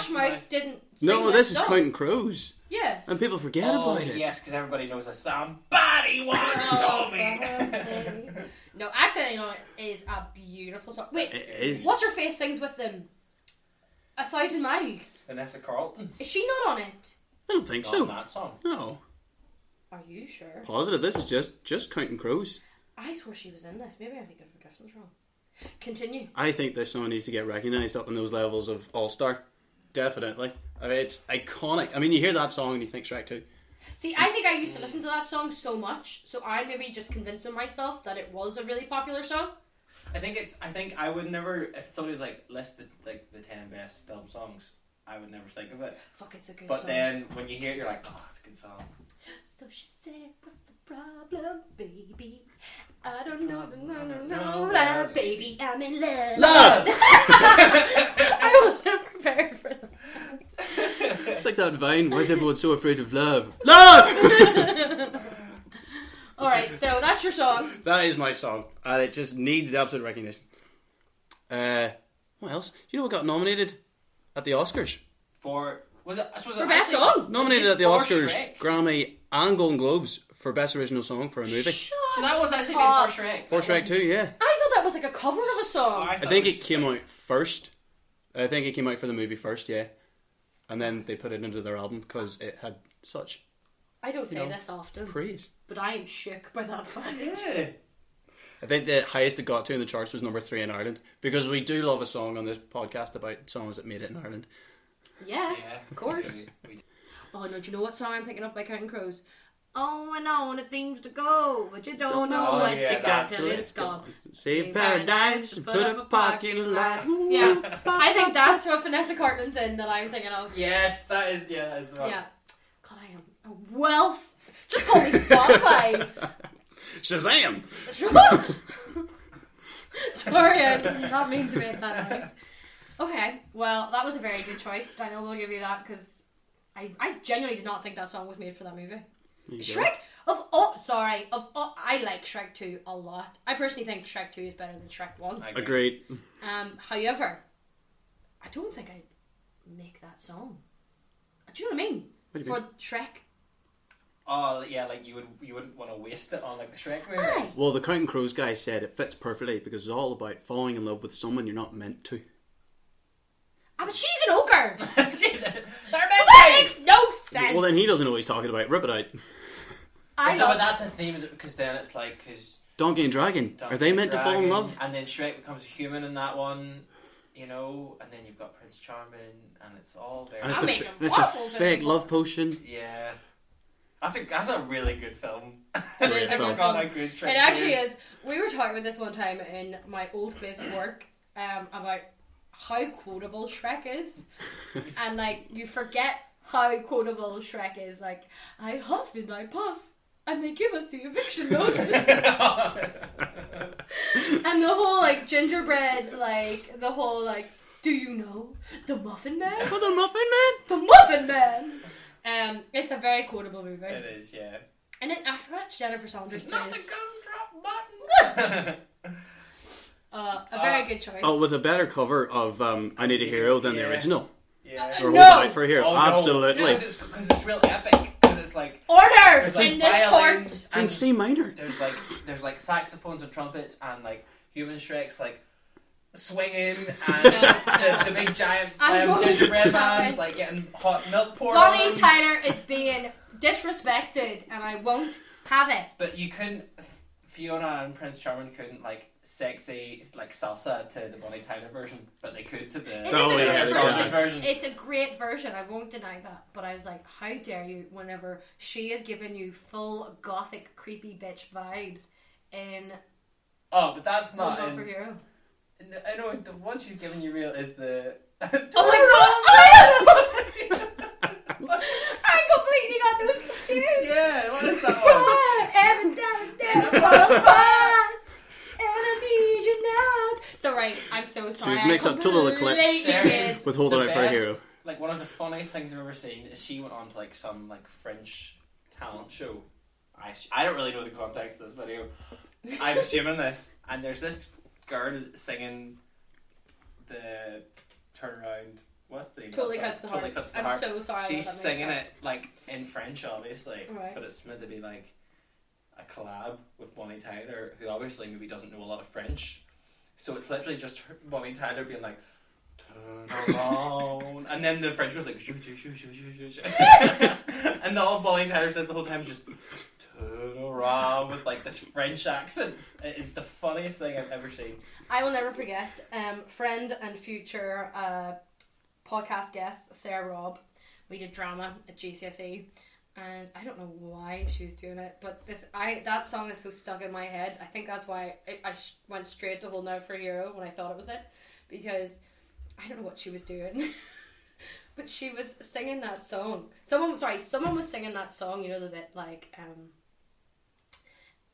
Speaker 2: Smash
Speaker 1: Mouth
Speaker 2: Mouth.
Speaker 1: didn't. Sing
Speaker 3: No, this is
Speaker 1: song.
Speaker 3: Counting Crows.
Speaker 1: Yeah.
Speaker 3: And people forget
Speaker 2: Oh,
Speaker 3: about it.
Speaker 2: yes, because everybody knows that somebody wants
Speaker 1: Oh,
Speaker 2: Tommy.
Speaker 1: God. no, accidentally on it is a beautiful song. Wait,
Speaker 3: It is.
Speaker 1: what's her face sings with them? A thousand miles.
Speaker 2: Vanessa Carlton.
Speaker 1: Is she not on it?
Speaker 3: I don't think
Speaker 2: Not
Speaker 3: so.
Speaker 2: that song.
Speaker 3: No.
Speaker 1: Are you sure?
Speaker 3: Positive. This is just just Counting Crows.
Speaker 1: I swore she was in this. Maybe I'm thinking of Drifton's wrong. Continue.
Speaker 3: I think this song needs to get recognised up in those levels of All Star. Definitely. I mean, it's iconic. I mean, you hear that song and you think Shrek 2.
Speaker 1: See, I think I used to listen to that song so much, so I maybe just convincing myself that it was a really popular song.
Speaker 2: I think it's. I think I would never. If somebody was like, list the like the ten best film songs, I would never think of it.
Speaker 1: Fuck, it's a good
Speaker 2: But
Speaker 1: song.
Speaker 2: then when you hear it, you're like, oh, it's a good song.
Speaker 1: So she said, What's the problem, baby? I don't know,
Speaker 2: problem?
Speaker 1: no,
Speaker 2: I
Speaker 1: no,
Speaker 2: don't
Speaker 1: no,
Speaker 2: know
Speaker 1: that
Speaker 2: that,
Speaker 1: baby, I'm in love.
Speaker 3: Love!
Speaker 1: I wasn't prepared for that.
Speaker 3: It's like that vine. Why is everyone so afraid of love? Love!
Speaker 1: Alright, so that's your song.
Speaker 3: that is my song, and it just needs the absolute recognition. Uh, what else? Do you know what got nominated at the Oscars?
Speaker 2: For was it? Was it
Speaker 1: For best
Speaker 2: actually-
Speaker 1: song.
Speaker 3: Nominated at the
Speaker 2: For
Speaker 3: Oscars,
Speaker 2: Shrek.
Speaker 3: Grammy, and Golden Globes for best original song for a movie.
Speaker 1: Shut
Speaker 2: So that was actually
Speaker 1: up.
Speaker 2: good for Shrek.
Speaker 3: For
Speaker 2: That wasn't
Speaker 3: Shrek Two,
Speaker 2: just-
Speaker 3: yeah.
Speaker 1: I thought that was like a cover of a song.
Speaker 2: I,
Speaker 3: I think it came out first. I think it came out for the movie first, yeah, and then they put it into their album because it had such
Speaker 1: I don't say
Speaker 3: You know,
Speaker 1: this often,
Speaker 3: praise.
Speaker 1: but I am shook by that fact.
Speaker 2: Yeah.
Speaker 3: I think the highest it got to in the charts was number three in Ireland because we do love a song on this podcast about songs that made it in Ireland.
Speaker 1: Yeah,
Speaker 2: Yeah,
Speaker 1: of course.
Speaker 2: we do, we do.
Speaker 1: Oh no, do you know what song I'm thinking of by Counting Crows? Oh, and on it seems to go, but you don't know
Speaker 2: Oh,
Speaker 1: what
Speaker 2: yeah,
Speaker 1: you got
Speaker 2: that's
Speaker 1: till
Speaker 3: it.
Speaker 1: it's gone.
Speaker 3: Save paradise, put up a parking lot.
Speaker 1: Yeah. I think that's what Vanessa Cartman's in that I'm thinking of.
Speaker 2: Yes, that is. Yeah, that is the one.
Speaker 1: Yeah. God, I am a wealth. Just call me Spotify.
Speaker 3: Shazam!
Speaker 1: Sorry, I did not mean to make that noise. Okay, well, that was a very good choice. Daniel will give you that because I, I genuinely did not think that song was made for that movie.
Speaker 3: There you go.
Speaker 1: Shrek of all, sorry, of all, I like Shrek 2 a lot. I personally think Shrek 2 is better than Shrek 1.
Speaker 2: I agree.
Speaker 3: Agreed.
Speaker 1: Um, however, I don't think I'd make that song. Do you know what I mean?
Speaker 3: What do you
Speaker 1: For
Speaker 3: mean?
Speaker 1: Shrek.
Speaker 2: Oh yeah, like you would. You wouldn't want to waste it on like a Shrek movie.
Speaker 1: Aye.
Speaker 3: Well, the Counting Crows guy said it fits perfectly because it's all about falling in love with someone you're not meant to.
Speaker 1: Ah, but she's an ogre! so
Speaker 2: Shit. They're
Speaker 1: that
Speaker 2: meant to.
Speaker 1: makes no sense!
Speaker 3: Well, then he doesn't know what he's talking about. Rip it out.
Speaker 1: I
Speaker 2: No,
Speaker 1: love
Speaker 2: but that's a theme because then it's like because
Speaker 3: Donkey and Dragon. Are they meant to fall in love?
Speaker 2: And then Shrek becomes a human in that one, you know. And then you've got Prince Charming, and it's all there.
Speaker 3: And it's
Speaker 1: I'll
Speaker 3: the,
Speaker 1: make
Speaker 3: f-
Speaker 1: him
Speaker 3: and it's the
Speaker 1: waffles if
Speaker 3: fake
Speaker 1: he
Speaker 3: love potion.
Speaker 2: yeah, that's a that's a really good film.
Speaker 1: is
Speaker 2: I
Speaker 1: a good
Speaker 2: forgot
Speaker 1: film.
Speaker 2: how good Shrek
Speaker 1: It actually is. We were talking about this one time in my old place of work um, about how quotable Shrek is, and like you forget how quotable Shrek is. Like I huff and I puff, and they give us the eviction notice. and the whole like gingerbread, like the whole like, do you know the Muffin Man?
Speaker 3: the Muffin Man.
Speaker 1: The Muffin Man. Um, it's a very quotable movie,
Speaker 2: It is, yeah.
Speaker 1: and then after that, Jennifer Saunders
Speaker 2: Not the
Speaker 1: plays
Speaker 2: gumdrop button.
Speaker 1: uh, a very
Speaker 2: Uh,
Speaker 1: good choice.
Speaker 3: Oh, with a better cover of um, "I Need a Hero" than
Speaker 2: Yeah.
Speaker 3: the original.
Speaker 2: yeah.
Speaker 3: We're
Speaker 1: No.
Speaker 3: holding out for a hero.
Speaker 2: Oh, no.
Speaker 3: Absolutely.
Speaker 2: Because it's, 'cause it's real epic. Because it's like
Speaker 1: Order
Speaker 2: there's like
Speaker 1: in this court.
Speaker 2: violins
Speaker 3: It's in
Speaker 2: and
Speaker 3: C minor.
Speaker 2: there's like there's like saxophones and trumpets and like human Shrek's like swinging and the, the big giant
Speaker 1: I'm
Speaker 2: um,
Speaker 1: going
Speaker 2: gingerbread
Speaker 1: to
Speaker 2: man's
Speaker 1: happen.
Speaker 2: like getting hot milk poured on.
Speaker 1: Bonnie
Speaker 2: him.
Speaker 1: Tyler is being disrespected, and I won't have it.
Speaker 2: But you couldn't. F- Fiona and Prince Charming couldn't like sexy like salsa to the Bonnie Tyler version, but they could to the
Speaker 1: It is
Speaker 3: Oh,
Speaker 1: a
Speaker 3: yeah,
Speaker 1: great
Speaker 3: it's
Speaker 1: version.
Speaker 2: Saunders version.
Speaker 1: It's a great version. I won't deny that. But I was like, how dare you? Whenever she is giving you full gothic creepy bitch vibes in
Speaker 2: Oh, but that's
Speaker 1: One
Speaker 2: not.
Speaker 1: Not for
Speaker 2: In,
Speaker 1: Hero.
Speaker 2: N- I know the one she's giving you real is the.
Speaker 1: Oh my god! Oh, I completely got those confused.
Speaker 2: yeah, what is that one?
Speaker 1: Run, Evan, down, down, run, run. And I need you now. So right, I'm so sorry.
Speaker 3: makes
Speaker 1: I
Speaker 3: up total eclipse.
Speaker 1: completely
Speaker 2: There is
Speaker 3: With Hold
Speaker 2: the
Speaker 3: Out for a
Speaker 2: best-
Speaker 3: Hero.
Speaker 2: Like one of the funniest things I've ever seen is she went on to like some like French talent show. I, I don't really know the context of this video. I'm assuming this, and there's this girl singing the turnaround. What's the name? of that
Speaker 1: Totally
Speaker 2: song?
Speaker 1: cuts the
Speaker 2: Totally
Speaker 1: heart.
Speaker 2: Clips the
Speaker 1: I'm
Speaker 2: Heart.
Speaker 1: so sorry. I
Speaker 2: She's
Speaker 1: love that
Speaker 2: singing
Speaker 1: music.
Speaker 2: it like in French, obviously,
Speaker 1: Right.
Speaker 2: but it's meant to be like a collab with Bonnie Tyler, who obviously maybe doesn't know a lot of French. So it's literally just her, Bonnie Tyler being like, "Turn around," and then the French goes like, shoo, shoo, shoo, shoo, shoo, shoo, shoo. and all Bonnie Tyler says the whole time is just, "Turn around" with like this French accent. It is the funniest thing I've ever seen.
Speaker 1: I will never forget um, friend and future uh, podcast guest Sarah Robb. We did drama at GCSE, E, and I don't know why she was doing it, but this I that song is so stuck in my head. I think that's why I, I sh- went straight to "Hold Out for a Hero" when I thought it was it, because I don't know what she was doing. But she was singing that song. Someone, sorry, someone was singing that song. You know the bit like, um,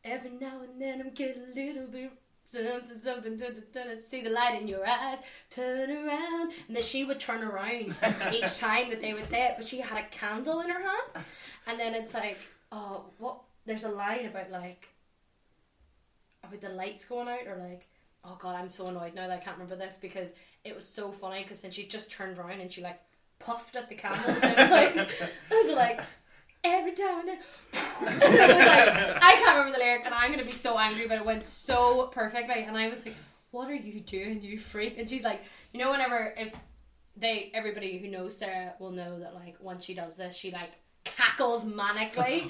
Speaker 1: every now and then I'm getting a little bit something, something, dun, dun, dun, dun, see the light in your eyes, turn around, and then she would turn around each time that they would say it. But she had a candle in her hand, and then it's like, oh, what? There's a line about like, about the lights going out, or like, oh god, I'm so annoyed now that I can't remember this because it was so funny because then she just turned around and she like puffed at the candles and like I was like every time and then I was like I can't remember the lyric and I'm gonna be so angry but it went so perfectly and I was like what are you doing you freak and she's like you know whenever if they everybody who knows Sarah will know that like once she does this she like cackles manically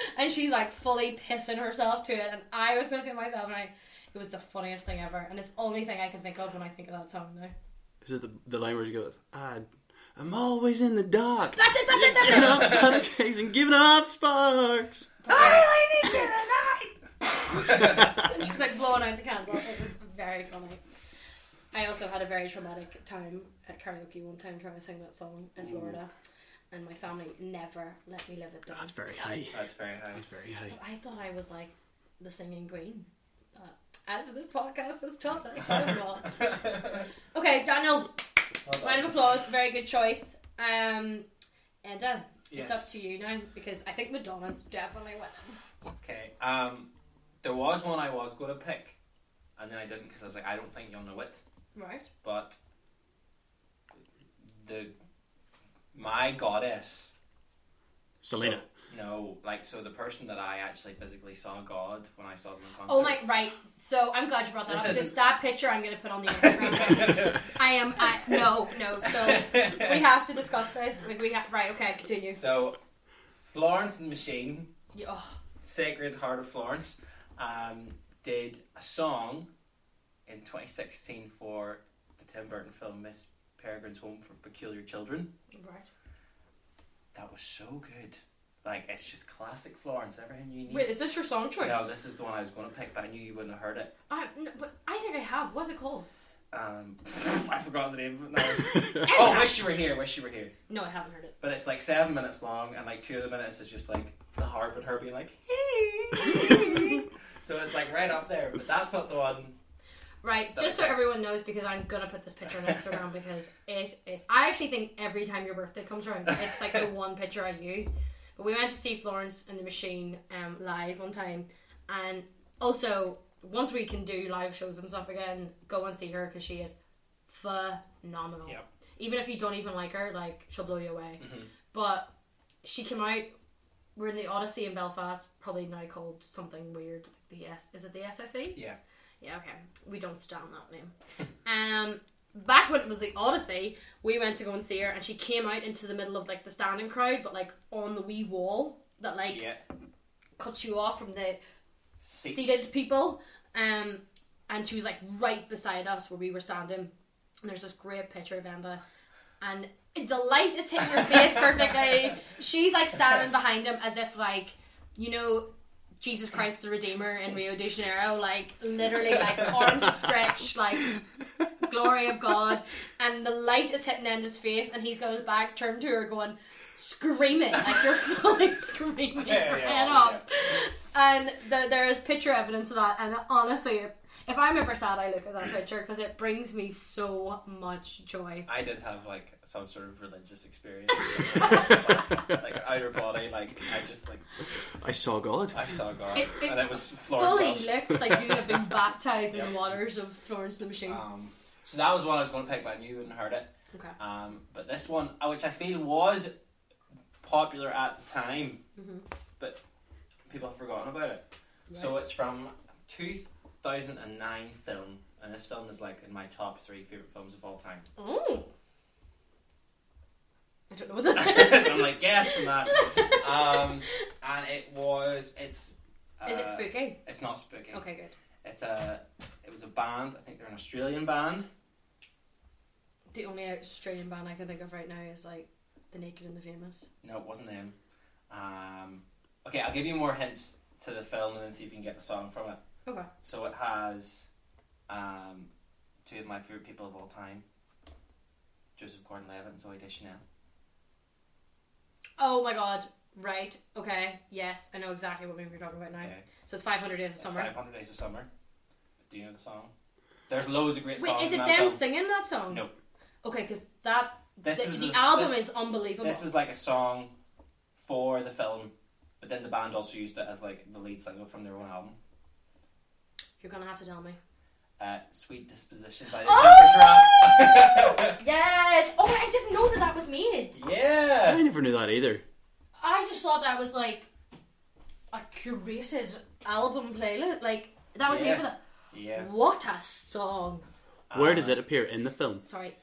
Speaker 1: and she's like fully pissing herself to it and I was pissing myself and I it was the funniest thing ever, and it's the only thing I can think of when I think of that song now.
Speaker 3: This is the, the line where she goes, I, I'm always in the dark.
Speaker 1: That's it, that's it, that's
Speaker 3: Giving
Speaker 1: it!
Speaker 3: up buttercakes and giving up sparks.
Speaker 2: I really need you tonight.
Speaker 1: She's like blowing out the candle. It was very funny. I also had a very traumatic time at karaoke one time trying to sing that song in Florida, and my family never let me live it down.
Speaker 3: That's very high.
Speaker 2: That's very high.
Speaker 3: That's very high.
Speaker 1: I thought I was like the singing queen. but As this podcast has taught us, I'm not. Okay, Daniel,
Speaker 2: Well
Speaker 1: round of
Speaker 2: done.
Speaker 1: applause. Very good choice. Um, and done.
Speaker 2: Yes.
Speaker 1: It's up to you now because I think Madonna's definitely went.
Speaker 2: Okay. Um, there was one I was going to pick, and then I didn't because I was like, I don't think you'll know it.
Speaker 1: Right.
Speaker 2: But the my goddess.
Speaker 3: Selena.
Speaker 2: So- no, like so the person that I actually physically saw God when I saw them in concert.
Speaker 1: Oh my, right. So I'm glad you brought that
Speaker 2: This
Speaker 1: up because
Speaker 2: isn't-
Speaker 1: that picture I'm going to put on the Instagram. I am. I, no, no. So we have to discuss this. We, we have, right. Okay. Continue.
Speaker 2: so Florence and the Machine,
Speaker 1: Yeah, oh,
Speaker 2: Sacred Heart of Florence, um, did a song in 2016 for the Tim Burton film Miss Peregrine's Home for Peculiar Children.
Speaker 1: right.
Speaker 2: That was so good. Like it's just classic Florence. Everything you need.
Speaker 1: Wait, is this your song choice?
Speaker 2: no, this is the one I was going to pick, but I knew you wouldn't have heard it.
Speaker 1: I, no, but I think I have. What's it called?
Speaker 2: Um, I forgot the name of it now. oh, wish you were here. Wish you were here.
Speaker 1: No, I haven't heard it.
Speaker 2: But it's like seven minutes long, and like two of the minutes is just like, oh, heart with her being like, hey. so it's like right up there, but that's not the one.
Speaker 1: Right,
Speaker 2: That
Speaker 1: just so
Speaker 2: effect.
Speaker 1: everyone knows, because I'm gonna put this picture on Instagram because it is. I actually think every time your birthday comes around, it's like the one picture I use. But we went to see Florence and the Machine um, live one time, and also once we can do live shows and stuff again, go and see her because she is phenomenal.
Speaker 2: Yep. Mm-hmm.
Speaker 1: Even if you don't even like her, like she'll blow you away. But she came out. We're in the Odyssey in Belfast, probably now called something weird. The S is it the SSE?
Speaker 2: Yeah.
Speaker 1: Yeah, okay. We don't stand that name. Um, back when it was the Odyssey, we went to go and see her, and she came out into the middle of like the standing crowd, but like on the wee wall that like
Speaker 2: Yeah.
Speaker 1: cuts you off from the
Speaker 2: Seats.
Speaker 1: seated people. Um, and she was like right beside us where we were standing. And there's this great picture of Enda, and the light is hitting her face perfectly. She's like standing behind him as if like you know. Jesus Christ the Redeemer in Rio de Janeiro, like literally, like arms stretched, like glory of God, and the light is hitting Enda's face, and he's got his back turned to her, going screaming like you're fully screaming
Speaker 2: Yeah,
Speaker 1: your
Speaker 2: yeah,
Speaker 1: head
Speaker 2: yeah.
Speaker 1: off. And the, there is picture evidence of that, and honestly, if- if I'm ever sad, I look at that picture because it brings me so much joy.
Speaker 2: I did have like some sort of religious experience, like outer body. Like I just like
Speaker 3: I saw God.
Speaker 2: I saw God,
Speaker 1: It- it
Speaker 2: and it was
Speaker 1: Fully
Speaker 2: Florence. Welch.
Speaker 1: looks like you have been baptized in
Speaker 2: Yeah.
Speaker 1: the waters of Florence and the Machine.
Speaker 2: Um, so that was one I was going to pick, but I knew you wouldn't heard it.
Speaker 1: Okay.
Speaker 2: Um, but this one, uh, which I feel was popular at the time,
Speaker 1: Mhm.
Speaker 2: but people have forgotten about it. So it's from 2009 film, and this film is like in my top three favorite films of all time.
Speaker 1: Mm. I don't know what that is.
Speaker 2: I'm like, yes, from that. Um, and it was, it's. Uh,
Speaker 1: Is it spooky?
Speaker 2: It's not spooky.
Speaker 1: Okay, good.
Speaker 2: It's a, it was a band. I think they're an Australian band.
Speaker 1: The only Australian band I can think of right now is like The Naked and the Famous.
Speaker 2: No, it wasn't them. Um, okay, I'll give you more hints to the film and then see if you can get the song from it.
Speaker 1: Okay.
Speaker 2: So it has um, two of my favorite people of all time Joseph Gordon Levitt and Zoe Deschanel.
Speaker 1: Oh my god. Right. Okay. Yes, I know exactly what movie you're talking about now.
Speaker 2: Okay.
Speaker 1: So it's 500 Days of
Speaker 2: It's
Speaker 1: Summer.
Speaker 2: 500 Days of Summer. Do you know the song? There's loads of great
Speaker 1: Wait,
Speaker 2: songs
Speaker 1: is it
Speaker 2: in
Speaker 1: them
Speaker 2: that film.
Speaker 1: singing that song?
Speaker 2: No.
Speaker 1: Okay, because that
Speaker 2: This
Speaker 1: the,
Speaker 2: was
Speaker 1: the
Speaker 2: a-
Speaker 1: album
Speaker 2: this-
Speaker 1: is unbelievable.
Speaker 2: This was like a song for the film, but then the band also used it as like the lead single from their own album.
Speaker 1: You're gonna have to tell me.
Speaker 2: Uh, Sweet Disposition by the
Speaker 1: Oh!
Speaker 2: Temper
Speaker 1: Yes. Oh, I didn't know that that was made.
Speaker 2: Trap. yeah.
Speaker 3: I never knew that either.
Speaker 1: I just thought that was like a curated album playlist. Like that was made
Speaker 2: Yeah.
Speaker 1: for that.
Speaker 2: Yeah.
Speaker 1: What a song!
Speaker 3: Where
Speaker 2: Uh,
Speaker 3: does it appear in the film?
Speaker 1: Sorry.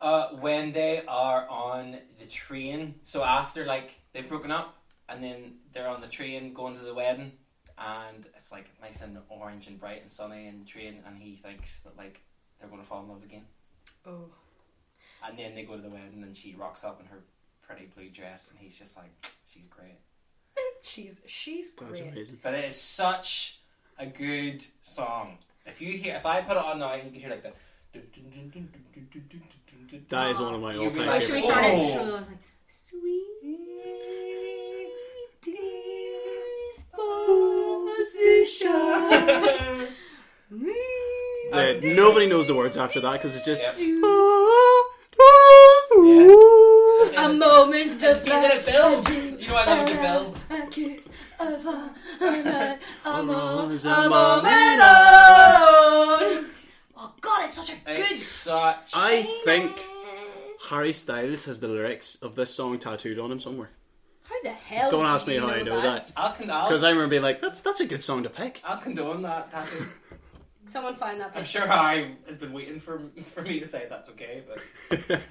Speaker 2: Uh, when they are on the train, so after like they've broken up, and then they're on the train going to the wedding, and it's like nice and orange and bright and sunny in the train, and he thinks that like they're going to fall in love again,
Speaker 1: Oh.
Speaker 2: and then they go to the wedding, and she rocks up in her pretty blue dress, and he's just like, she's great.
Speaker 1: She's she's
Speaker 3: That's
Speaker 1: great.
Speaker 3: amazing.
Speaker 2: But it is such a good song. If you hear, if I put it on now, you can hear like the.
Speaker 3: That is one of my
Speaker 2: You
Speaker 3: all-time
Speaker 1: Oh,
Speaker 2: Like,
Speaker 1: should we
Speaker 3: favorites.
Speaker 1: start it?
Speaker 2: whoa.
Speaker 1: Should we- like, Sweet
Speaker 3: Oh. Yeah, nobody knows the words after that because it's just.
Speaker 2: Yep.
Speaker 1: a moment of
Speaker 2: See that it builds. You know I love it builds.
Speaker 1: A kiss of a, a, night, a,
Speaker 3: A
Speaker 1: mo-
Speaker 3: rose,
Speaker 1: a
Speaker 3: a
Speaker 1: moment
Speaker 3: moment
Speaker 1: alone. Oh God, it's such a good.
Speaker 2: It's such.
Speaker 3: I think Harry Styles has the lyrics of this song tattooed on him somewhere.
Speaker 1: How the hell?
Speaker 3: Don't
Speaker 1: did
Speaker 3: ask me
Speaker 1: you
Speaker 3: how I know that
Speaker 2: I'll, con-
Speaker 3: because
Speaker 2: I'll,
Speaker 3: I remember being like, "That's that's a good song to pick."
Speaker 2: I'll condone that tattoo.
Speaker 1: Someone find that.
Speaker 2: I'm
Speaker 1: picture.
Speaker 2: sure Harry has been waiting for for me to say that's okay, but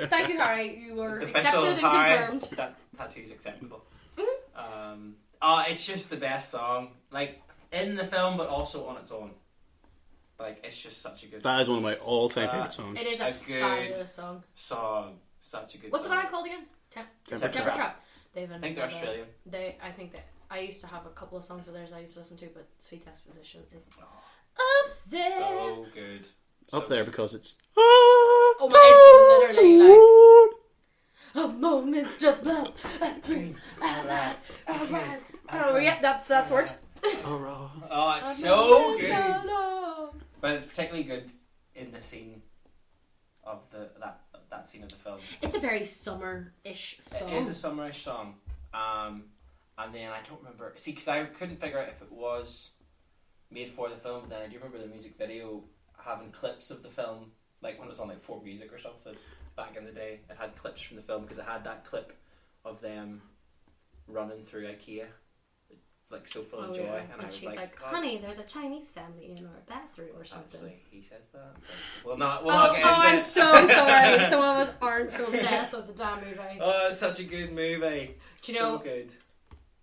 Speaker 1: Thank you, Harry. You were
Speaker 2: it's
Speaker 1: accepted and
Speaker 2: official. Harry,
Speaker 1: confirmed. Mm-hmm.
Speaker 2: that tattoo's acceptable. um, oh, it's just the best song, like in the film, but also on its own. Like it's just such a good.
Speaker 3: That is one of my all-time
Speaker 2: Such
Speaker 3: favorite songs.
Speaker 1: It is a,
Speaker 2: A good-
Speaker 1: fabulous song.
Speaker 2: Song, such a good.
Speaker 1: What's the
Speaker 2: song.
Speaker 1: band called again? Temp,
Speaker 3: Temper
Speaker 2: Temper
Speaker 1: Temper
Speaker 2: Trap.
Speaker 1: Trap. They've
Speaker 2: I think they're Australian.
Speaker 1: They, I think that I used to have a couple of songs of theirs I used to listen to, but Sweet Disposition is
Speaker 2: Oh.
Speaker 1: up there.
Speaker 2: So good. So
Speaker 1: Oh,
Speaker 3: Up there because it's.
Speaker 1: my, it's literally like- a moment of love, a
Speaker 2: Mm,
Speaker 1: dream, a life, a rise. Oh, yeah, that's that sort.
Speaker 3: Oh,
Speaker 2: Oh, it's so
Speaker 1: moment
Speaker 2: good.
Speaker 1: of love.
Speaker 2: But it's particularly good in the scene of the that that scene of the film.
Speaker 1: It's a very summer-ish song.
Speaker 2: It is a summerish song, um, and then I don't remember. See, because I couldn't figure out if it was made for the film. But then I do remember the music video having clips of the film, like when it was on like Four Music or something back in the day. It had clips from the film because it had that clip of them running through IKEA, like so full
Speaker 1: Oh,
Speaker 2: of joy,
Speaker 1: yeah.
Speaker 2: and, I was "Oh,
Speaker 1: she's like,
Speaker 2: God,
Speaker 1: "Honey, there's a Chinese family in our bathroom or something."
Speaker 2: Actually, he says that. but- Well, not. We'll
Speaker 1: oh,
Speaker 2: not get
Speaker 1: oh,
Speaker 2: into
Speaker 1: I'm
Speaker 2: it.
Speaker 1: so sorry. Someone was aren't so obsessed with the damn movie.
Speaker 2: Oh, it's such a good movie.
Speaker 1: Do you know-
Speaker 2: So good.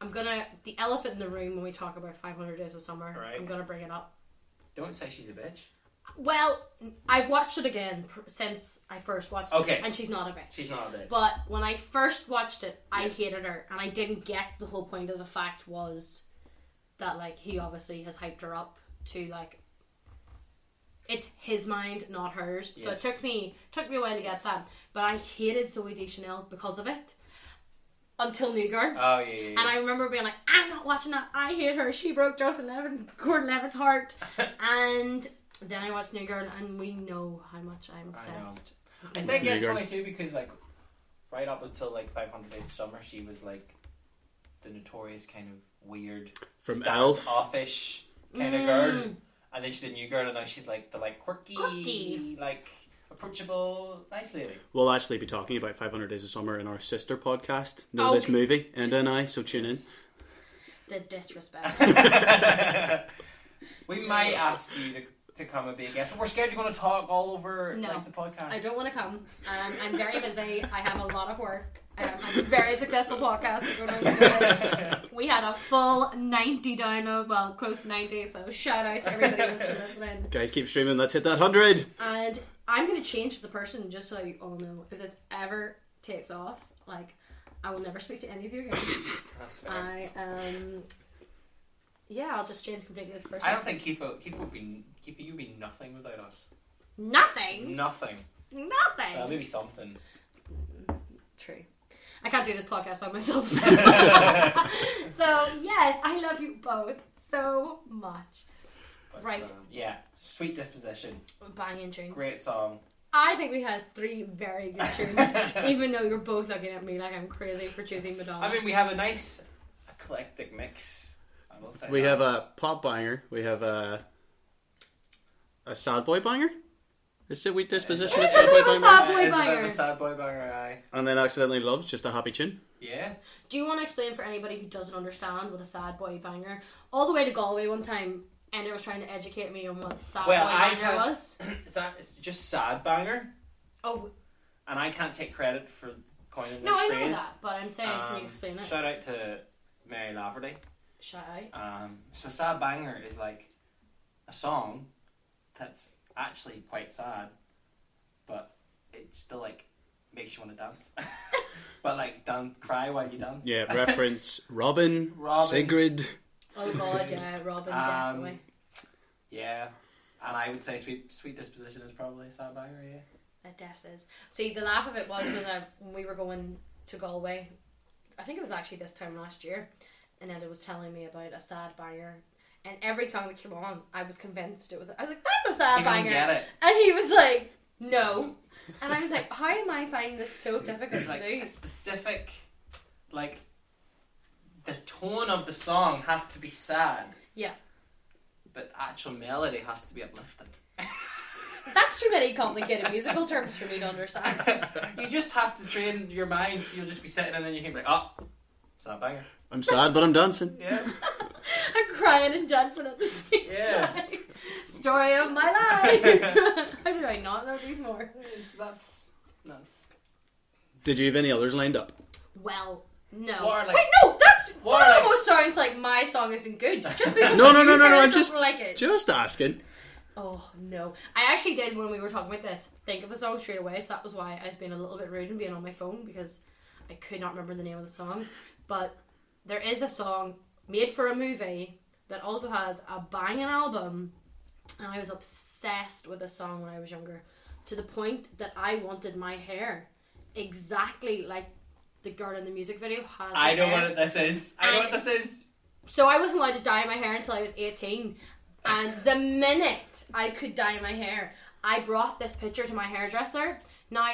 Speaker 1: I'm gonna the elephant in the room when we talk about 500 Days of Summer.
Speaker 2: Right.
Speaker 1: I'm gonna bring it up.
Speaker 2: Don't say she's a bitch.
Speaker 1: Well, I've watched it again pr- since I first watched
Speaker 2: Okay.
Speaker 1: it, and she's not a bitch.
Speaker 2: She's not a bitch.
Speaker 1: But when I first watched it, I
Speaker 2: Yeah.
Speaker 1: hated her, and I didn't get the whole point of the fact was that like he obviously has hyped her up to like it's his mind, not hers. So it
Speaker 2: Yes.
Speaker 1: took me took me a while to get
Speaker 2: Yes.
Speaker 1: that. But I hated Zoe Deschanel because of it until New Girl.
Speaker 2: oh yeah, yeah.
Speaker 1: And
Speaker 2: yeah.
Speaker 1: I remember being like, I'm not watching that. I hate her. She broke Joseph Levin, Gordon Levitt's heart. and then I watched New Girl, and we know how much I'm
Speaker 2: I know.
Speaker 1: obsessed. with
Speaker 2: I
Speaker 1: New
Speaker 2: think
Speaker 1: Girl.
Speaker 2: it's
Speaker 3: Bigger.
Speaker 2: funny too because like right up until like 500 Days of Summer, she was like the notorious kind of weird,
Speaker 3: From Elf.
Speaker 2: offish kind
Speaker 1: Mm.
Speaker 2: of girl, and then she's a new girl, and now she's like the like quirky,
Speaker 1: Quirky.
Speaker 2: like approachable, nice lady.
Speaker 3: We'll actually be talking about 500 Days of Summer in our sister podcast, Know
Speaker 1: Oh.
Speaker 3: This Movie, and then I, so tune in.
Speaker 1: the disrespect.
Speaker 2: we might ask you to, to come and be a guest, but we're scared you're going to talk all over
Speaker 1: No.
Speaker 2: like the podcast.
Speaker 1: I don't want to come. Um, I'm very busy. I have a lot of work. Um, I'm a very successful podcast. we had a full 90 download, well, close to 90, so shout out to everybody who's been listening.
Speaker 3: Guys, keep streaming. Let's hit that 100.
Speaker 1: And I'm gonna change as a person just so you all know if this ever takes off, like I will never speak to any of you again.
Speaker 2: That's fair.
Speaker 1: I um yeah, I'll just change completely as a person.
Speaker 2: I don't think Kifo, Kifo would be Kifo, you'd be nothing without us.
Speaker 1: nothing.
Speaker 2: Nothing.
Speaker 1: Nothing.
Speaker 2: Well, Uh, maybe something.
Speaker 1: True. I can't do this podcast by myself. So. yes, I love you both so much.
Speaker 2: But,
Speaker 1: Right.
Speaker 2: um, yeah. Sweet disposition.
Speaker 1: Banging tune.
Speaker 2: Great song.
Speaker 1: I think we had three very good tunes, even though you're both looking at me like I'm crazy for choosing Madonna.
Speaker 2: I mean, we have a nice eclectic mix. I will say
Speaker 3: We
Speaker 2: that.
Speaker 3: have a pop banger. We have a a sad boy banger. Is it we disposition of
Speaker 1: It's a
Speaker 3: sad boy
Speaker 1: bit of a sad
Speaker 3: banger?
Speaker 1: boy
Speaker 2: It's a bit of
Speaker 1: banger.
Speaker 2: a sad boy banger. Aye.
Speaker 3: And then accidentally loves just a happy tune.
Speaker 2: Yeah.
Speaker 1: Do you want to explain for anybody who doesn't understand what a sad boy banger? All the way to Galway one time, Ender was trying to educate me on what sad
Speaker 2: Well,
Speaker 1: boy
Speaker 2: I
Speaker 1: banger
Speaker 2: can't-
Speaker 1: was.
Speaker 2: It's a, it's just sad banger,
Speaker 1: Oh
Speaker 2: and I can't take credit for coining
Speaker 1: no,
Speaker 2: this
Speaker 1: I
Speaker 2: phrase.
Speaker 1: know that, but I'm saying, can
Speaker 2: Um,
Speaker 1: you explain it?
Speaker 2: Shout out to Mary Laverty.
Speaker 1: Shall I?
Speaker 2: Um, so sad banger is like a song that's actually quite sad, but it still like makes you want to dance. but like, don't cry while you dance.
Speaker 3: Yeah, reference Robin,
Speaker 2: Robin.
Speaker 3: Sigrid.
Speaker 1: Oh god, yeah, Robin
Speaker 2: Um,
Speaker 1: definitely.
Speaker 2: Yeah, and I would say sweet sweet disposition is probably a sad banger. Yeah.
Speaker 1: That def is. See, the laugh of it was was I, when we were going to Galway. I think it was actually this time last year, and Ender was telling me about a sad banger. And every song that came on, I was convinced it was. I was like, "That's a sad
Speaker 2: You don't
Speaker 1: banger."
Speaker 2: get it.
Speaker 1: And he was like, no. And I was like, how am I finding this so difficult
Speaker 2: There's
Speaker 1: to
Speaker 2: like
Speaker 1: do?
Speaker 2: a specific, like the tone of the song has to be sad.
Speaker 1: Yeah.
Speaker 2: But actual melody has to be uplifting.
Speaker 1: That's too many complicated musical terms for me to understand.
Speaker 2: you just have to train your mind so you'll just be sitting and then you can be like, oh, it's that banger.
Speaker 3: I'm sad, but I'm dancing.
Speaker 2: Yeah.
Speaker 1: I'm crying and dancing at the same
Speaker 2: Yeah.
Speaker 1: time. Story of my life. how did I not know these more?
Speaker 2: That's nuts.
Speaker 3: Did you have any others lined up?
Speaker 1: Well, no.
Speaker 2: What are like-
Speaker 1: Wait, no, that's
Speaker 2: What
Speaker 1: one
Speaker 2: are
Speaker 1: of
Speaker 2: like-
Speaker 1: those songs like my song isn't good. Just because
Speaker 3: No, no, no,
Speaker 1: you
Speaker 3: no, no,
Speaker 1: guys
Speaker 3: I'm
Speaker 1: don't
Speaker 3: just-
Speaker 1: like it.
Speaker 3: Just asking.
Speaker 1: Oh no! I actually did when we were talking about this. Think of a song straight away. So that was why I was being a little bit rude and being on my phone because I could not remember the name of the song. But there is a song made for a movie that also has a banging album, and I was obsessed with this song when I was younger, to the point that I wanted my hair exactly like the girl in the music video has.
Speaker 2: I
Speaker 1: her
Speaker 2: know
Speaker 1: hair.
Speaker 2: what this is. I know
Speaker 1: I-
Speaker 2: what this is.
Speaker 1: So I wasn't allowed to dye my hair until I was 18. And the minute I could dye my hair, I brought this picture to my hairdresser. Now,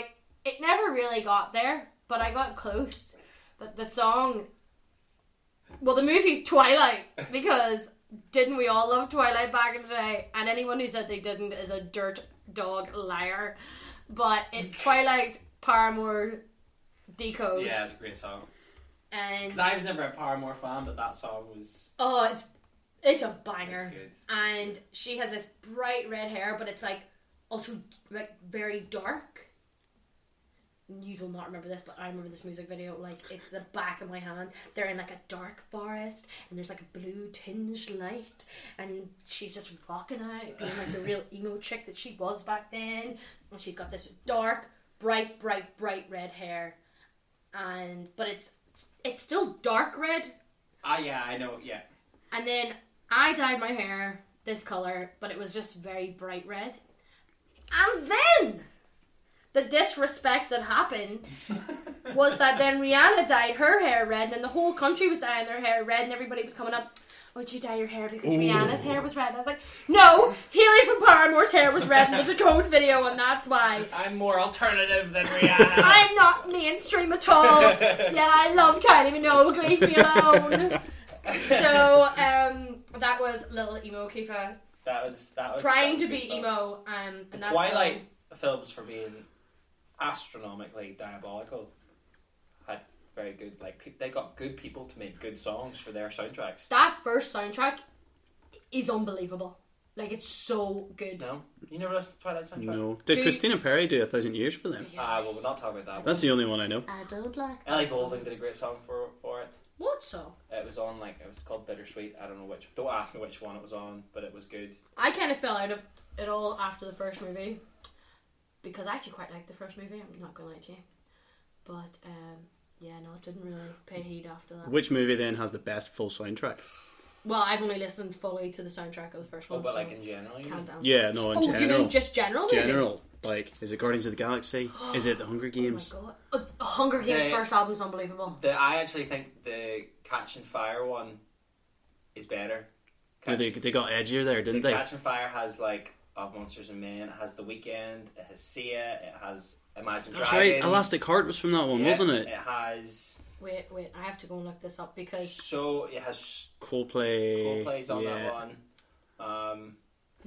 Speaker 1: it never really got there, but I got close. But the song. Well, the movie's Twilight, because didn't we all love Twilight back in the day? And anyone who said they didn't is a dirt dog liar. But it's Twilight, Paramore, Decode.
Speaker 2: Yeah, it's a great song.
Speaker 1: And.
Speaker 2: Because I was never a Paramore fan, but that song was
Speaker 1: Oh, it's, it's a
Speaker 2: it's
Speaker 1: banger.
Speaker 2: good.
Speaker 1: and she has this bright red hair, but it's like also like very dark. You will not remember this, but I remember this music video. Like it's the back of my hand. They're in like a dark forest, and there's like a blue tinged light, and she's just rocking out, being like the real emo chick that she was back then. And she's got this dark, bright, bright, bright red hair, and but it's it's still dark red,
Speaker 2: Ah, yeah, I know. Yeah,
Speaker 1: and then I dyed my hair this color, but it was just very bright red. And then the disrespect that happened was that then Rihanna dyed her hair red, and then the whole country was dyeing their hair red, and everybody was coming up. Would you dye your hair because Rihanna's hair was red? And I was like, no, Haley from Paramore's hair was red in the Decode video, and that's why.
Speaker 2: I'm more alternative than Rihanna.
Speaker 1: I'm not mainstream at all. Yeah, I love Kylie Minogue. Leave me alone. So um, that was little emo Kifa
Speaker 2: that was that was
Speaker 1: trying
Speaker 2: that was
Speaker 1: to
Speaker 2: good
Speaker 1: be
Speaker 2: stuff.
Speaker 1: emo. Um, and
Speaker 2: The
Speaker 1: that's um,
Speaker 2: Twilight films for being astronomically diabolical had very good like pe- they got good people to make good songs for their soundtracks.
Speaker 1: That first soundtrack is unbelievable. Like it's so good.
Speaker 2: No, you never listened to Twilight soundtrack.
Speaker 3: No. Did
Speaker 1: Do-
Speaker 3: Christina Perry do a thousand years for them?
Speaker 2: Ah, well, we're not talking about that.
Speaker 3: That's the only one I know.
Speaker 1: I don't like
Speaker 2: Ellie Goulding did a great song for for it.
Speaker 1: What song?
Speaker 2: It was on like it was called Bittersweet. I don't know which. Don't ask me which one it was on, but it was good.
Speaker 1: I kind of fell out of it all after the first movie because I actually quite liked the first movie. I'm not gonna lie to you, but um, yeah, no, it didn't really pay heed after that.
Speaker 3: Which movie then has the best full soundtrack?
Speaker 1: Well, I've only listened fully to the soundtrack of the first
Speaker 2: Oh,
Speaker 1: one.
Speaker 2: but
Speaker 1: so
Speaker 2: like in general, you mean?
Speaker 1: countdown.
Speaker 3: Yeah, no, in
Speaker 1: oh,
Speaker 3: general.
Speaker 1: you mean just general? maybe?
Speaker 3: general. Like, is it Guardians of the Galaxy? Is it The Hunger
Speaker 1: Oh my
Speaker 3: Games?
Speaker 1: god! Uh, Hunger Games
Speaker 2: They-
Speaker 1: first album's unbelievable.
Speaker 2: The, I actually think the Catch and Fire one is better.
Speaker 3: No,
Speaker 2: Catch,
Speaker 3: they, they got edgier there, didn't
Speaker 2: the
Speaker 3: they?
Speaker 2: Catch and Fire has like of Monsters and Men. It has The Weekend. It has Sia. It has Imagine
Speaker 3: That's right.
Speaker 2: Dragons.
Speaker 3: Elastic Heart was from that one,
Speaker 2: Yeah,
Speaker 3: wasn't it?
Speaker 2: It has
Speaker 1: Wait, wait, I have to go and look this up because
Speaker 2: so it has
Speaker 3: Coldplay.
Speaker 2: Coldplay's on
Speaker 3: yeah.
Speaker 2: that one. Um,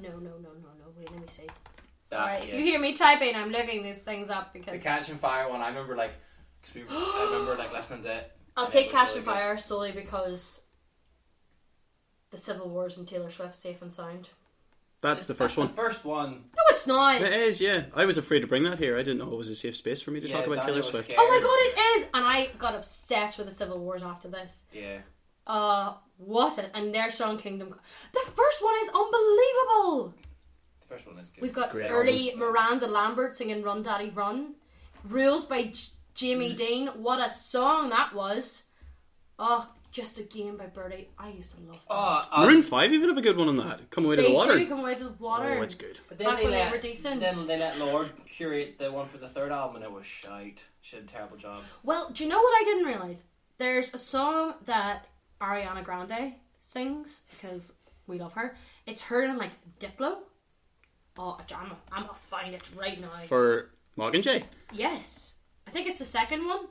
Speaker 1: no, no, no, no, no. Wait, let me see.
Speaker 2: That,
Speaker 1: Sorry, if
Speaker 2: Ah, yeah.
Speaker 1: you hear me typing, I'm looking these things up
Speaker 2: the
Speaker 1: because
Speaker 2: Catch and Fire one. I remember like because we I remember like listening to it.
Speaker 1: I'll
Speaker 2: and
Speaker 1: take
Speaker 2: it was
Speaker 1: Cash
Speaker 2: really
Speaker 1: and
Speaker 2: good.
Speaker 1: Fire solely because the Civil Wars and Taylor Swift Safe and Sound.
Speaker 3: That's the first one.
Speaker 2: The first one.
Speaker 1: No, it's not.
Speaker 3: It is, yeah. I was afraid to bring that here. I didn't know it was a safe space for me to
Speaker 2: Yeah,
Speaker 3: talk about
Speaker 2: Daniel
Speaker 3: Taylor
Speaker 2: was
Speaker 3: Swift.
Speaker 2: scared.
Speaker 1: Oh my god, it is! And I got obsessed with the Civil Wars after this.
Speaker 2: Yeah.
Speaker 1: Uh, what? A, and their song Kingdom. Co- The first one is unbelievable.
Speaker 2: The first one is good.
Speaker 1: We've got
Speaker 3: Great
Speaker 1: early Miranda Lambert singing "Run Daddy Run," "Rules" by J- Jamie Dean. What a song that was! Oh, just a game by Birdie. I used to love.
Speaker 2: Oh, um,
Speaker 3: Maroon 5 even have a good one on that. Come away
Speaker 1: that.
Speaker 3: to the
Speaker 1: they
Speaker 3: water.
Speaker 1: do come away to the water.
Speaker 3: Oh, it's good.
Speaker 2: But
Speaker 1: Back
Speaker 2: then they,
Speaker 1: when they
Speaker 2: let,
Speaker 1: were decent.
Speaker 2: then they let Lord curate the one for the third album, and it was shite. She did a terrible job.
Speaker 1: Well, do you know what I didn't realize? There's a song that Ariana Grande sings because we love her. It's her and like Diplo. Oh, I'm I'm gonna find it right now.
Speaker 3: For Mockingjay.
Speaker 1: Yes. I think it's the second one.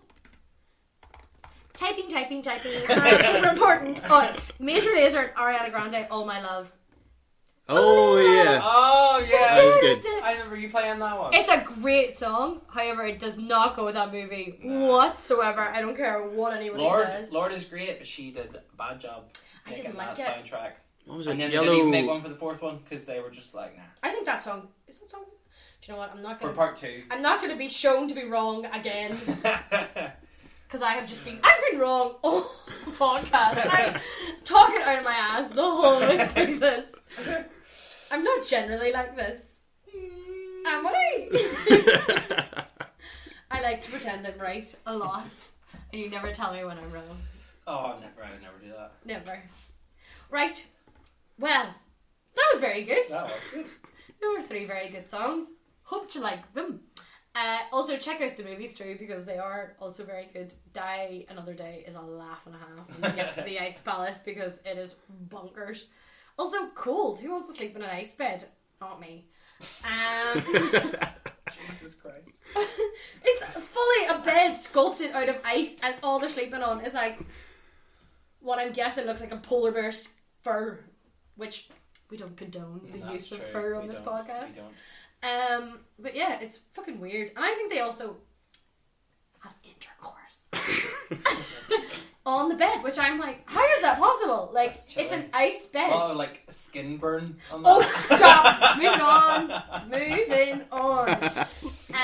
Speaker 1: Typing, typing, typing. It's super important. But Major Lazer and Ariana Grande, all my love.
Speaker 3: Oh, yeah.
Speaker 2: Oh
Speaker 3: That was
Speaker 2: yeah,
Speaker 3: good.
Speaker 2: I remember you playing that one.
Speaker 1: It's a great song. However, it does not go with that movie
Speaker 2: Nah.
Speaker 1: whatsoever. I don't care what anyone
Speaker 2: Lord,
Speaker 1: says.
Speaker 2: Lord is great, but she did a bad job
Speaker 1: I
Speaker 2: making
Speaker 1: didn't like
Speaker 2: that soundtrack.
Speaker 3: What was it?
Speaker 2: And then they didn't even make
Speaker 3: Yellow.
Speaker 2: one for the fourth one because they were just like, nah.
Speaker 1: I think that song is that song. Do you know what? I'm not
Speaker 2: For
Speaker 1: gonna.
Speaker 2: part two,
Speaker 1: I'm not gonna be shown to be wrong again
Speaker 2: I
Speaker 1: because I have just been. I've been wrong all podcast. I'm talking out of my ass the whole way through this. I'm not generally like this. Am I? I like to pretend I'm right a lot, and you never tell me when I'm wrong.
Speaker 2: oh, never, I would never do that.
Speaker 1: Never. Right. Well, that was very good.
Speaker 2: That was good.
Speaker 1: There were three very good songs. Hope you like them. Uh, also, check out the movies too because they are also very good. Die Another Day is a laugh and a half when you get to the Ice Palace because it is bonkers. Also, cold. Who wants to sleep in an ice bed? Not me. Um,
Speaker 2: Jesus Christ.
Speaker 1: it's fully a bed sculpted out of ice, and all they're sleeping on is like what I'm guessing looks like a polar bear's fur, which we don't condone the
Speaker 2: That's
Speaker 1: use of
Speaker 2: true.
Speaker 1: fur on
Speaker 2: We
Speaker 1: this
Speaker 2: don't.
Speaker 1: podcast.
Speaker 2: We don't.
Speaker 1: Um, but yeah, it's fucking weird, and I think they also have intercourse on the bed, which I'm like, how is that possible? Like,
Speaker 2: That's
Speaker 1: it's an
Speaker 2: chilling.
Speaker 1: ice bed.
Speaker 2: Oh, like a skin burn on
Speaker 1: Oh,
Speaker 2: that.
Speaker 1: stop! Moving on, moving on.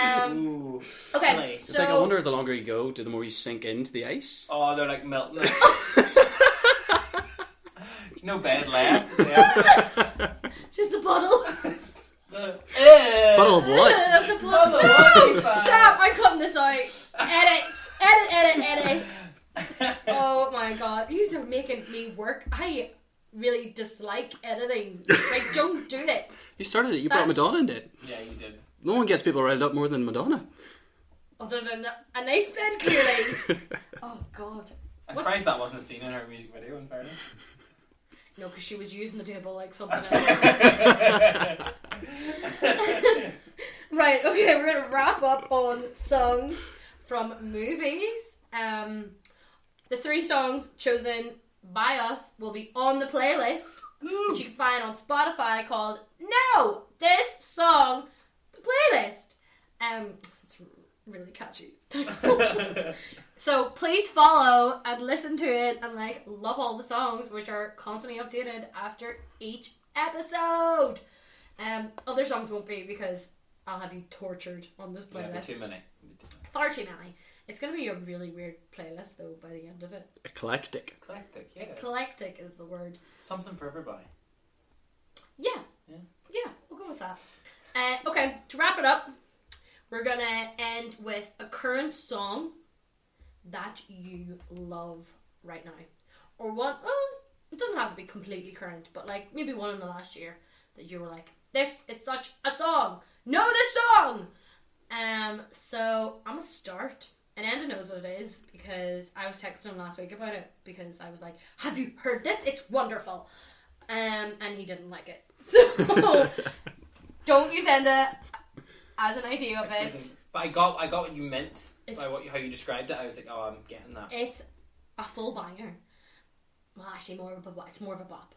Speaker 1: Um,
Speaker 2: Ooh.
Speaker 1: okay,
Speaker 2: Chilly.
Speaker 1: so
Speaker 3: It's like I wonder the longer you go, do the more you sink into the ice.
Speaker 2: Oh, they're like melting. It. no bed left. Oh, Yeah.
Speaker 1: just a puddle.
Speaker 3: Bottle of what?
Speaker 1: That's a puddle.
Speaker 2: Puddle,
Speaker 1: No,
Speaker 2: fine.
Speaker 1: stop! I'm cutting this out. Edit, edit, edit, edit. Oh my god, you are making me work. I really dislike editing. Like, don't do it.
Speaker 3: You started it. You brought
Speaker 1: That's-
Speaker 3: Madonna into it.
Speaker 2: yeah, you did.
Speaker 3: No one gets people riled up more than Madonna.
Speaker 1: Other than a nice bed, clearly. Oh god.
Speaker 2: I'm
Speaker 1: What?
Speaker 2: surprised that wasn't seen in her music video. In fairness,
Speaker 1: No, because she was using the table like something else. right, okay, we're gonna wrap up on songs from movies. Um, the three songs chosen by us will be on the playlist, which you can find on Spotify called No This Song The Playlist. Um, it's really catchy. So please follow and listen to it and like love all the songs which are constantly updated after each episode. Um, other songs won't be because I'll have you tortured on this
Speaker 2: yeah,
Speaker 1: playlist.
Speaker 2: be too many.
Speaker 1: Far too many. It's gonna be a really weird playlist though by the end of it.
Speaker 3: Eclectic.
Speaker 2: Eclectic, yeah.
Speaker 1: Eclectic is the word.
Speaker 2: Something for everybody.
Speaker 1: Yeah.
Speaker 2: Yeah.
Speaker 1: Yeah, we'll go with that. Uh, okay, to wrap it up, we're gonna end with a current song that you love right now. Or one, oh, it doesn't have to be completely current, but like maybe one in the last year that you were like, this is such a song! Know this song! Um, so I'm gonna start. And Enda knows what it is because I was texting him last week about it because I was like, Have you heard this? It's wonderful. Um, and he didn't like it. So don't use Enda as an idea of
Speaker 2: I
Speaker 1: it.
Speaker 2: didn't- but I got, I got what you meant
Speaker 1: It's-
Speaker 2: by what you, how you described it. I was like, oh, I'm getting that.
Speaker 1: It's a full banger. Well, actually, more of a bop. It's more of a bop.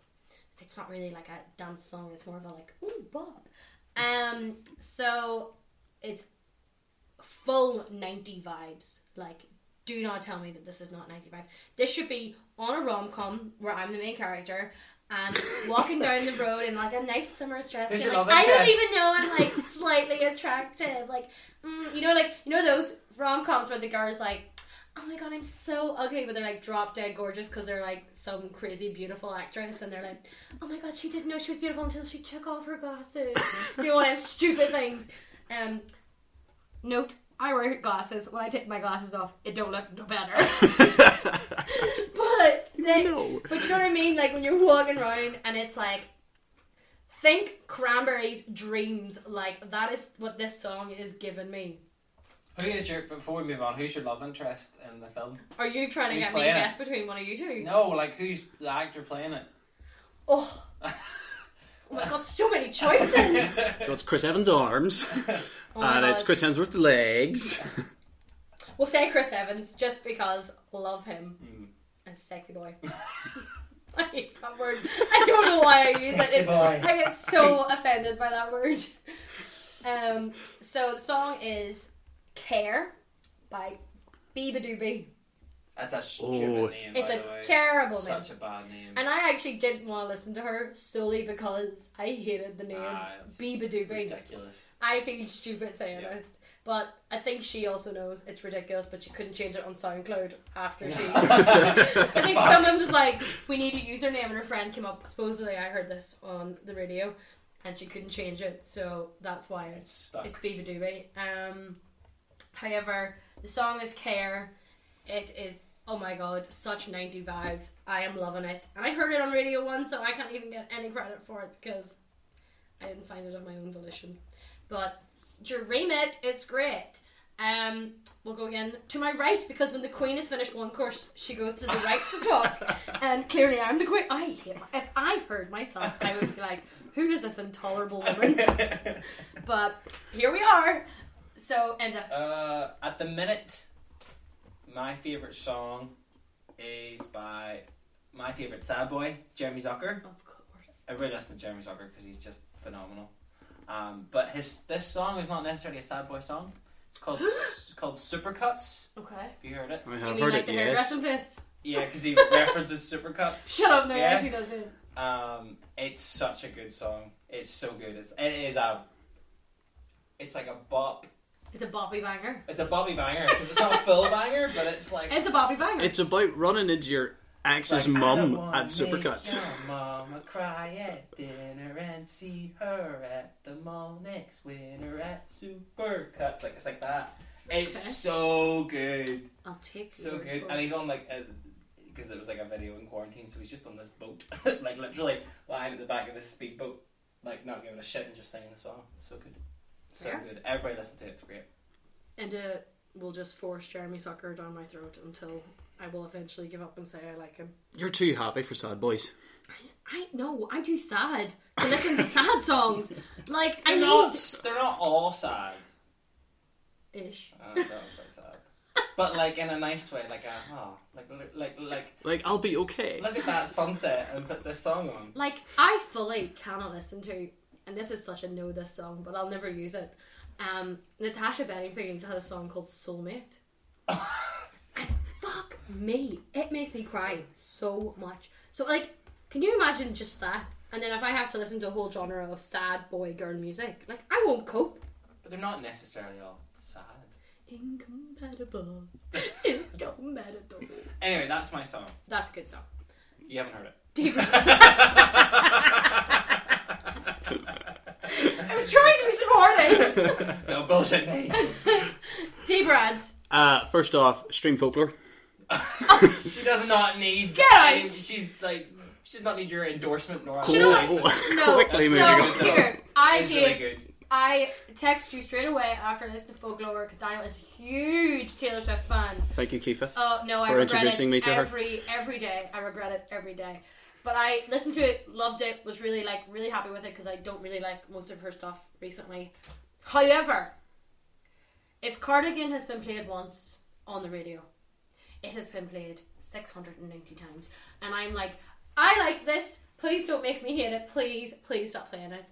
Speaker 1: It's not really like a dance song. It's more of a like ooh bop. Um, so it's full ninety vibes. Like, do not tell me that this is not ninety vibes. This should be on a rom com where I'm the main character. And walking down the road in like a nice summer's dress,
Speaker 2: There's
Speaker 1: being
Speaker 2: your
Speaker 1: like,
Speaker 2: love
Speaker 1: I don't
Speaker 2: interest."
Speaker 1: even know I'm like slightly attractive. Like, mm, you know, like you know those rom coms where the girl's like, oh my god, I'm so ugly, but they're like drop dead gorgeous because they're like some crazy beautiful actress, and they're like, oh my god, she didn't know she was beautiful until she took off her glasses. you know, one of them stupid things. Um, note: I wear glasses. When I take my glasses off, it don't look no better. but they,
Speaker 3: No.
Speaker 1: but you know what I mean? Like when you're walking around and it's like, think Cranberries Dreams. Like that is what this song is giving me.
Speaker 2: Who is your? Before we move on, who's your love interest in the film?
Speaker 1: Are you trying to
Speaker 2: Who's
Speaker 1: get me to
Speaker 2: playing it?
Speaker 1: guess between one of you two?
Speaker 2: No, like who's the actor playing it?
Speaker 1: Oh. Oh my god, so many
Speaker 2: Uh,
Speaker 1: choices!
Speaker 3: So it's Chris Evans' arms,
Speaker 1: Oh my
Speaker 3: and
Speaker 1: god.
Speaker 3: it's Chris Hemsworth's legs.
Speaker 1: We'll say Chris Evans just because love him
Speaker 2: Mm.
Speaker 1: and sexy boy. I hate that word. I don't know why I use it.
Speaker 2: Sexy
Speaker 1: it
Speaker 2: boy.
Speaker 1: I get so offended by that word. Um, so the song is Care by Biba Doobie.
Speaker 2: That's a stupid
Speaker 3: Oh.
Speaker 2: name.
Speaker 1: It's
Speaker 2: by
Speaker 1: a
Speaker 2: the way.
Speaker 1: terrible name.
Speaker 2: Such a bad name.
Speaker 1: And I actually didn't want to listen to her solely because I hated the name
Speaker 2: Ah, it's
Speaker 1: Biba Doobie.
Speaker 2: Ridiculous.
Speaker 1: I feel stupid saying
Speaker 2: Yeah.
Speaker 1: it. But I think she also knows it's ridiculous, but she couldn't change it on SoundCloud after she. I think someone was like, we need a username, and her friend came up. Supposedly, I heard this on the radio, and she couldn't change it, so that's why
Speaker 2: It's
Speaker 1: it's,
Speaker 2: stuck.
Speaker 1: it's Biba Doobie. Um, however, the song is Care. It is, oh my god, such 90 vibes. I am loving it. And I heard it on Radio 1, so I can't even get any credit for it because I didn't find it of my own volition. But Dream it, it's great. Um, we'll go again to my right because when the Queen has finished one course, she goes to the right to talk, and clearly I'm the Queen. I hate my, if I heard myself, I would be like, "Who is this intolerable woman?" But here we are. So end up.
Speaker 2: Uh, at the minute, my favorite song is by my favorite sad boy, Jeremy Zucker.
Speaker 1: Of course.
Speaker 2: I really listen to Jeremy Zucker because he's just phenomenal. Um, but his this song is not necessarily a sad boy song. It's called it's called Supercuts.
Speaker 1: Okay.
Speaker 2: Have you heard it?
Speaker 3: I
Speaker 1: you
Speaker 3: have
Speaker 1: mean
Speaker 3: heard
Speaker 1: like
Speaker 3: it.
Speaker 1: the
Speaker 3: Yes.
Speaker 1: hairdressing place?
Speaker 2: Yeah, because he references Supercuts.
Speaker 1: Shut up! No,
Speaker 2: Yeah.
Speaker 1: she doesn't.
Speaker 2: Um, it's such a good song. It's so good. It's it is a. It's like a bop.
Speaker 1: It's a boppy banger.
Speaker 2: It's a Bobby banger because it's not a full banger, but it's like
Speaker 1: It's a boppy banger.
Speaker 3: It's about running into your ex's
Speaker 2: It's like, I
Speaker 3: mum
Speaker 2: don't wanna
Speaker 3: at Supercuts.
Speaker 2: Make your mama cry at dinner and see her at the mall next winter at Supercuts. Like it's like that. It's
Speaker 1: Okay.
Speaker 2: so good,
Speaker 1: I'll take
Speaker 2: so
Speaker 1: your
Speaker 2: good.
Speaker 1: vote.
Speaker 2: And he's on like because there was like a video in quarantine, so he's just on this boat, like literally lying at the back of this speedboat, like not giving a shit and just singing the song. It's so good, so
Speaker 1: Fair.
Speaker 2: good. Everybody listen to it. It's great.
Speaker 1: And uh, we'll just force Jeremy Sucker down my throat until I will eventually give up and say I like him.
Speaker 3: You're too happy for sad boys.
Speaker 1: I know, I'm too sad to listen to sad songs. Like, I
Speaker 2: They're
Speaker 1: need.
Speaker 2: not. They're not all sad.
Speaker 1: Ish.
Speaker 2: Oh, that was quite sad. uh, But like in a nice way, like a oh, like like like
Speaker 3: Like I'll be okay.
Speaker 2: look at that sunset and put this song on.
Speaker 1: Like, I fully cannot listen to, and this is such a no this song, but I'll never use it. Um, Natasha Bedingfield had a song called Soulmate. Fuck me. It makes me cry so much. So, like, can you imagine just that? And then if I have to listen to a whole genre of sad boy girl music, like, I won't cope.
Speaker 2: But they're not necessarily all sad.
Speaker 1: Incompatible. it don't matter though.
Speaker 2: Anyway, that's my song.
Speaker 1: That's a good song.
Speaker 2: You haven't heard it.
Speaker 1: Deep. I was trying to be supportive.
Speaker 2: No bullshit me.
Speaker 1: Deep Rads.
Speaker 3: Uh, first off, stream folklore.
Speaker 2: She does not need.
Speaker 1: Get out.
Speaker 2: any- She's like she does not need your endorsement nor.
Speaker 1: you know what?
Speaker 3: Oh,
Speaker 1: No,
Speaker 3: Quickly moving
Speaker 1: so
Speaker 3: on.
Speaker 1: here, I
Speaker 2: It's really
Speaker 1: gave,
Speaker 2: good.
Speaker 1: I text you straight away after listening to Folklore because Daniel is a huge Taylor Swift fan.
Speaker 3: Thank you, Kifa.
Speaker 1: Oh no, I
Speaker 3: For
Speaker 1: regret
Speaker 3: introducing
Speaker 1: it
Speaker 3: me to her.
Speaker 1: every every day. I regret it every day. But I listened to it, loved it, was really like really happy with it because I don't really like most of her stuff recently. However, if Cardigan has been played once on the radio, it has been played 690 times, and I'm like, I like this. Please don't make me hate it. Please, please stop playing it.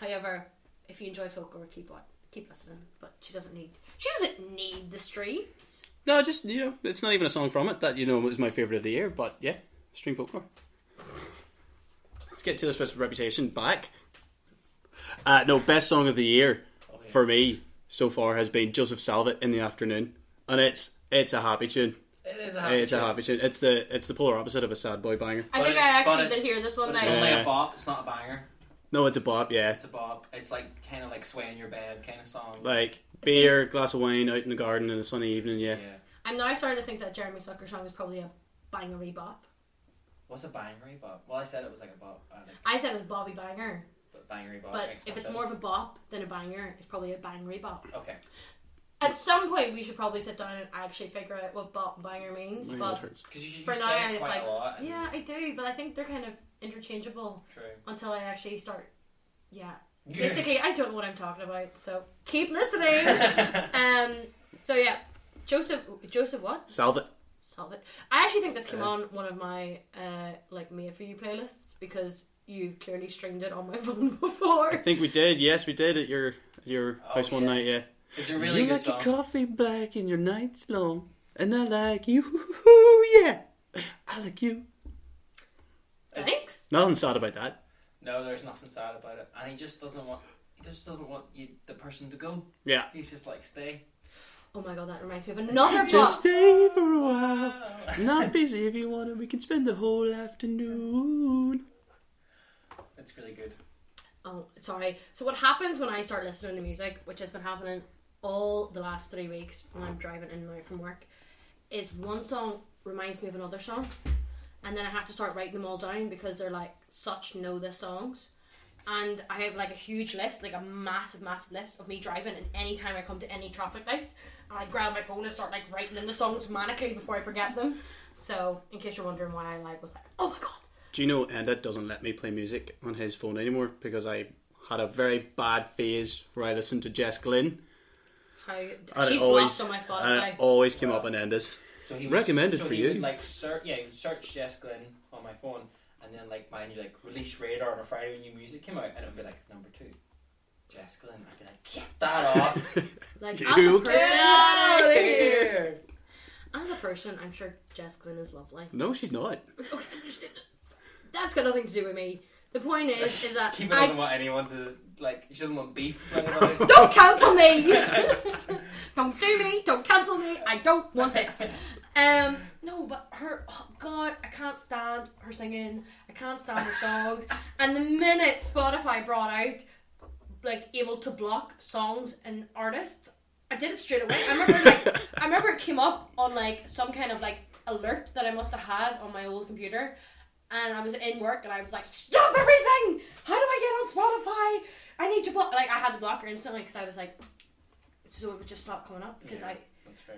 Speaker 1: However, if you enjoy folklore, keep on, keep listening. But she doesn't need, she doesn't need the streams.
Speaker 3: No, just you know, it's not even a song from it that you know was my favorite of the year. But yeah, stream folklore. Let's get Taylor Swift's reputation back. Uh, no, best song of the year for me so far has been Joseph Salvat in the afternoon, and it's it's a happy tune.
Speaker 2: It is a happy.
Speaker 3: It's a
Speaker 2: tune.
Speaker 3: happy tune. It's the it's the polar opposite of a sad boy banger.
Speaker 1: I think
Speaker 2: But
Speaker 1: I
Speaker 2: it's- but
Speaker 1: actually did
Speaker 2: it's-
Speaker 1: hear this one
Speaker 2: But it's
Speaker 1: night.
Speaker 2: only
Speaker 3: Yeah.
Speaker 2: a bop. It's not a banger.
Speaker 3: No, it's a bop. Yeah,
Speaker 2: It's a bop. It's like kind of like sway in your bed kind of song.
Speaker 3: like beer, glass of wine, out in the garden in a sunny evening. Yeah,
Speaker 2: yeah.
Speaker 1: I'm now starting to think that Jeremy Sucker song is probably a bangery bop.
Speaker 2: What's a bangery bop? Well, I said it was like a bop, I think,
Speaker 1: I said it was Bobby Banger,
Speaker 2: but bangery bop.
Speaker 1: but
Speaker 2: makes
Speaker 1: if it's
Speaker 2: sense.
Speaker 1: more of a bop than a banger, it's probably a bangery bop.
Speaker 2: okay,
Speaker 1: At some point, we should probably sit down and actually figure out what bop and banger means.
Speaker 3: My head
Speaker 1: but
Speaker 3: hurts.
Speaker 2: because you, you
Speaker 1: for
Speaker 2: say
Speaker 1: now, I
Speaker 2: it
Speaker 1: just
Speaker 2: quite
Speaker 1: like
Speaker 2: a lot. and-
Speaker 1: yeah, I do. But I think they're kind of interchangeable
Speaker 2: True.
Speaker 1: until I actually start. Yeah, basically, I don't know what I'm talking about. So keep listening. um. So yeah, Joseph. Joseph what?
Speaker 3: Salvat.
Speaker 1: Solve it. I actually think this came
Speaker 3: Yeah.
Speaker 1: on one of my uh, like made for you playlists because you've clearly streamed it on my phone
Speaker 3: I
Speaker 1: before.
Speaker 3: think we did. Yes, we did at your at your
Speaker 2: Oh,
Speaker 3: house one
Speaker 2: yeah.
Speaker 3: night. Yeah.
Speaker 2: It's a really
Speaker 3: you
Speaker 2: good
Speaker 3: like
Speaker 2: song.
Speaker 3: your coffee black and your nights long, and I like you. Yeah, I like you.
Speaker 2: It's-
Speaker 1: Thanks.
Speaker 3: Nothing sad about that.
Speaker 2: No, there's nothing sad about it, and he just doesn't want. He just doesn't want you, the person to go.
Speaker 3: Yeah.
Speaker 2: He's just like stay.
Speaker 1: Oh my god, that reminds me of another
Speaker 3: Just
Speaker 1: book.
Speaker 3: stay for a while.
Speaker 1: Oh.
Speaker 3: Not busy if you want to. We can spend the whole afternoon.
Speaker 2: It's really good.
Speaker 1: Oh, sorry. So what happens when I start listening to music, which has been happening all the last three weeks when I'm driving in and out from work, is one song reminds me of another song, and then I have to start writing them all down because they're like such know this songs, and I have like a huge list, like a massive, massive list of me driving. And anytime I come to any traffic lights, I grab my phone and start like writing in the songs manically before I forget them. So, in case you're wondering why I like was like, oh my god,
Speaker 3: Do you know Enda doesn't let me play music on his phone anymore because I had a very bad phase where I listened to Jess Glynn.
Speaker 1: how
Speaker 3: And
Speaker 1: she's
Speaker 3: it always, uh,
Speaker 1: blocked on my
Speaker 3: and
Speaker 1: Spotify.
Speaker 3: it always came up on Enda's.
Speaker 2: So he would,
Speaker 3: Recommended
Speaker 2: so
Speaker 3: for
Speaker 2: he
Speaker 3: you.
Speaker 2: Would, like search, yeah, he would search Jess Glynn on my phone, and then like mine, you like release radar on a Friday when new music came out, and it would be like number two, Jess Glynn. I'd be like, get that off,
Speaker 1: like
Speaker 3: You
Speaker 1: as a person,
Speaker 3: get
Speaker 2: out of here.
Speaker 1: as a person, I'm sure Jess Glynn is lovely.
Speaker 3: No, she's not.
Speaker 1: Okay, that's got nothing to do with me. The point is, is that
Speaker 2: Keeper doesn't
Speaker 1: I
Speaker 2: want anyone to like. She doesn't want beef. with anybody.
Speaker 1: don't cancel me. don't sue me. Don't cancel me. I don't want it. Um, no, but her. Oh God, I can't stand her singing. I can't stand her songs. And the minute Spotify brought out, like, able to block songs and artists, I did it straight away. I remember, like, I remember it came up on like some kind of like alert that I must have had on my old computer, and I was in work and I was like, stop everything! How do I get on Spotify? I need to block. Like, I had to block her instantly because I was like, so it would just stop coming up because
Speaker 2: Yeah.
Speaker 1: I.
Speaker 2: That's fair.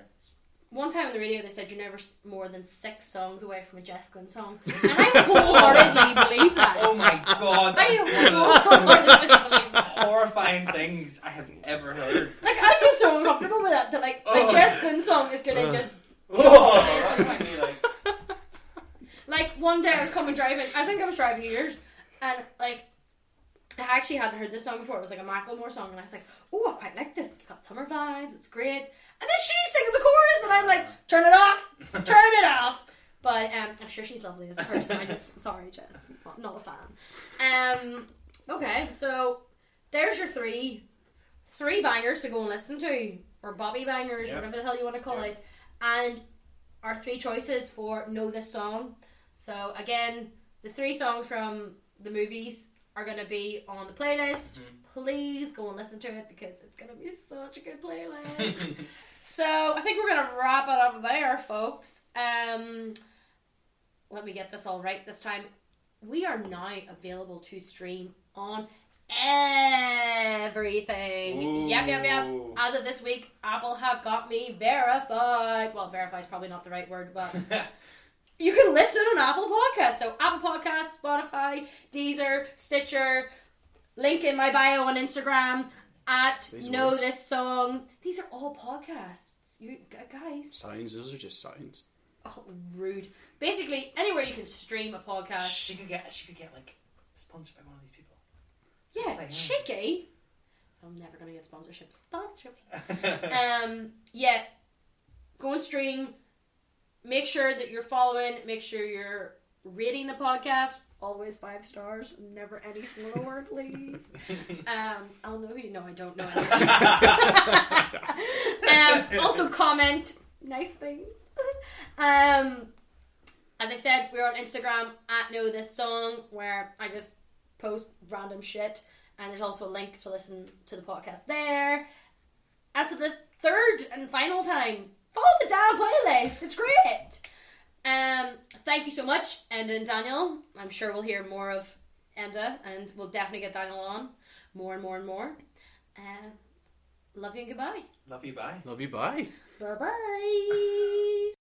Speaker 1: One time on the radio, they said you're never s- more than six songs away from a Jess Glynn song, and I wholeheartedly believe that.
Speaker 2: Oh my god,
Speaker 1: I
Speaker 2: that's one of
Speaker 1: wholeheartedly believe
Speaker 2: the horrifying things I have ever heard.
Speaker 1: Like I feel so uncomfortable with that. That like my
Speaker 2: Oh.
Speaker 1: Jess Glynn song is gonna just
Speaker 2: Oh, that made me like,
Speaker 1: like one day I was coming driving. I think I was driving years, and like I actually hadn't heard this song before. It was like a Macklemore song, and I was like, "Oh, I quite like this. It's got summer vibes. It's great." And then she's singing the chorus, and I'm like, "Turn it off! Turn it off!" But um, I'm sure she's lovely as a person. I just sorry, Jess, not, not a fan. Um, okay, so there's your three, three bangers to go and listen to, or Bobby bangers,
Speaker 2: Yeah.
Speaker 1: whatever the hell you want to call
Speaker 2: Yeah.
Speaker 1: it, and our three choices for know this song. So again, the three songs from the movies are going to be on the playlist.
Speaker 2: Mm-hmm.
Speaker 1: Please go and listen to it because it's going to be such a good playlist. so I think we're going to wrap it up there, folks. Um, let me get this all right this time. We are now available to stream on everything. Yep, yep, yep.
Speaker 2: Ooh.
Speaker 1: As of this week, Apple have got me verified. Well, verified is probably not the right word, but you can listen on Apple Podcasts. So Apple Podcasts, Spotify, Deezer, Stitcher, link in my bio on Instagram at
Speaker 3: These
Speaker 1: Know
Speaker 3: words.
Speaker 1: This Song. These are all podcasts. You gu- guys,
Speaker 3: Signs, those are just signs.
Speaker 1: oh, rude. Basically, anywhere you can stream a podcast.
Speaker 2: she could get, she could get like sponsored by one of these people.
Speaker 1: Yeah,
Speaker 2: Say hi.
Speaker 1: cheeky. I'm never gonna get sponsorship. Sponsor me. um, yeah, go and stream. Make sure that you're following. Make sure you're rating the podcast. Always five stars, never any lower, please. Um, I'll know you. No, I don't know. anything. um, also, comment nice things. um, as I said, we're on Instagram at know this song where I just post random shit, and there's also a link to listen to the podcast there. And for the third and final time, follow the damn playlist. It's great. Um, thank you so much, Enda and Daniel. I'm sure we'll hear more of Enda, and we'll definitely get Daniel on more and more and more. Um, love you and goodbye.
Speaker 2: Love you, bye.
Speaker 3: Love you, bye.
Speaker 1: Bye bye.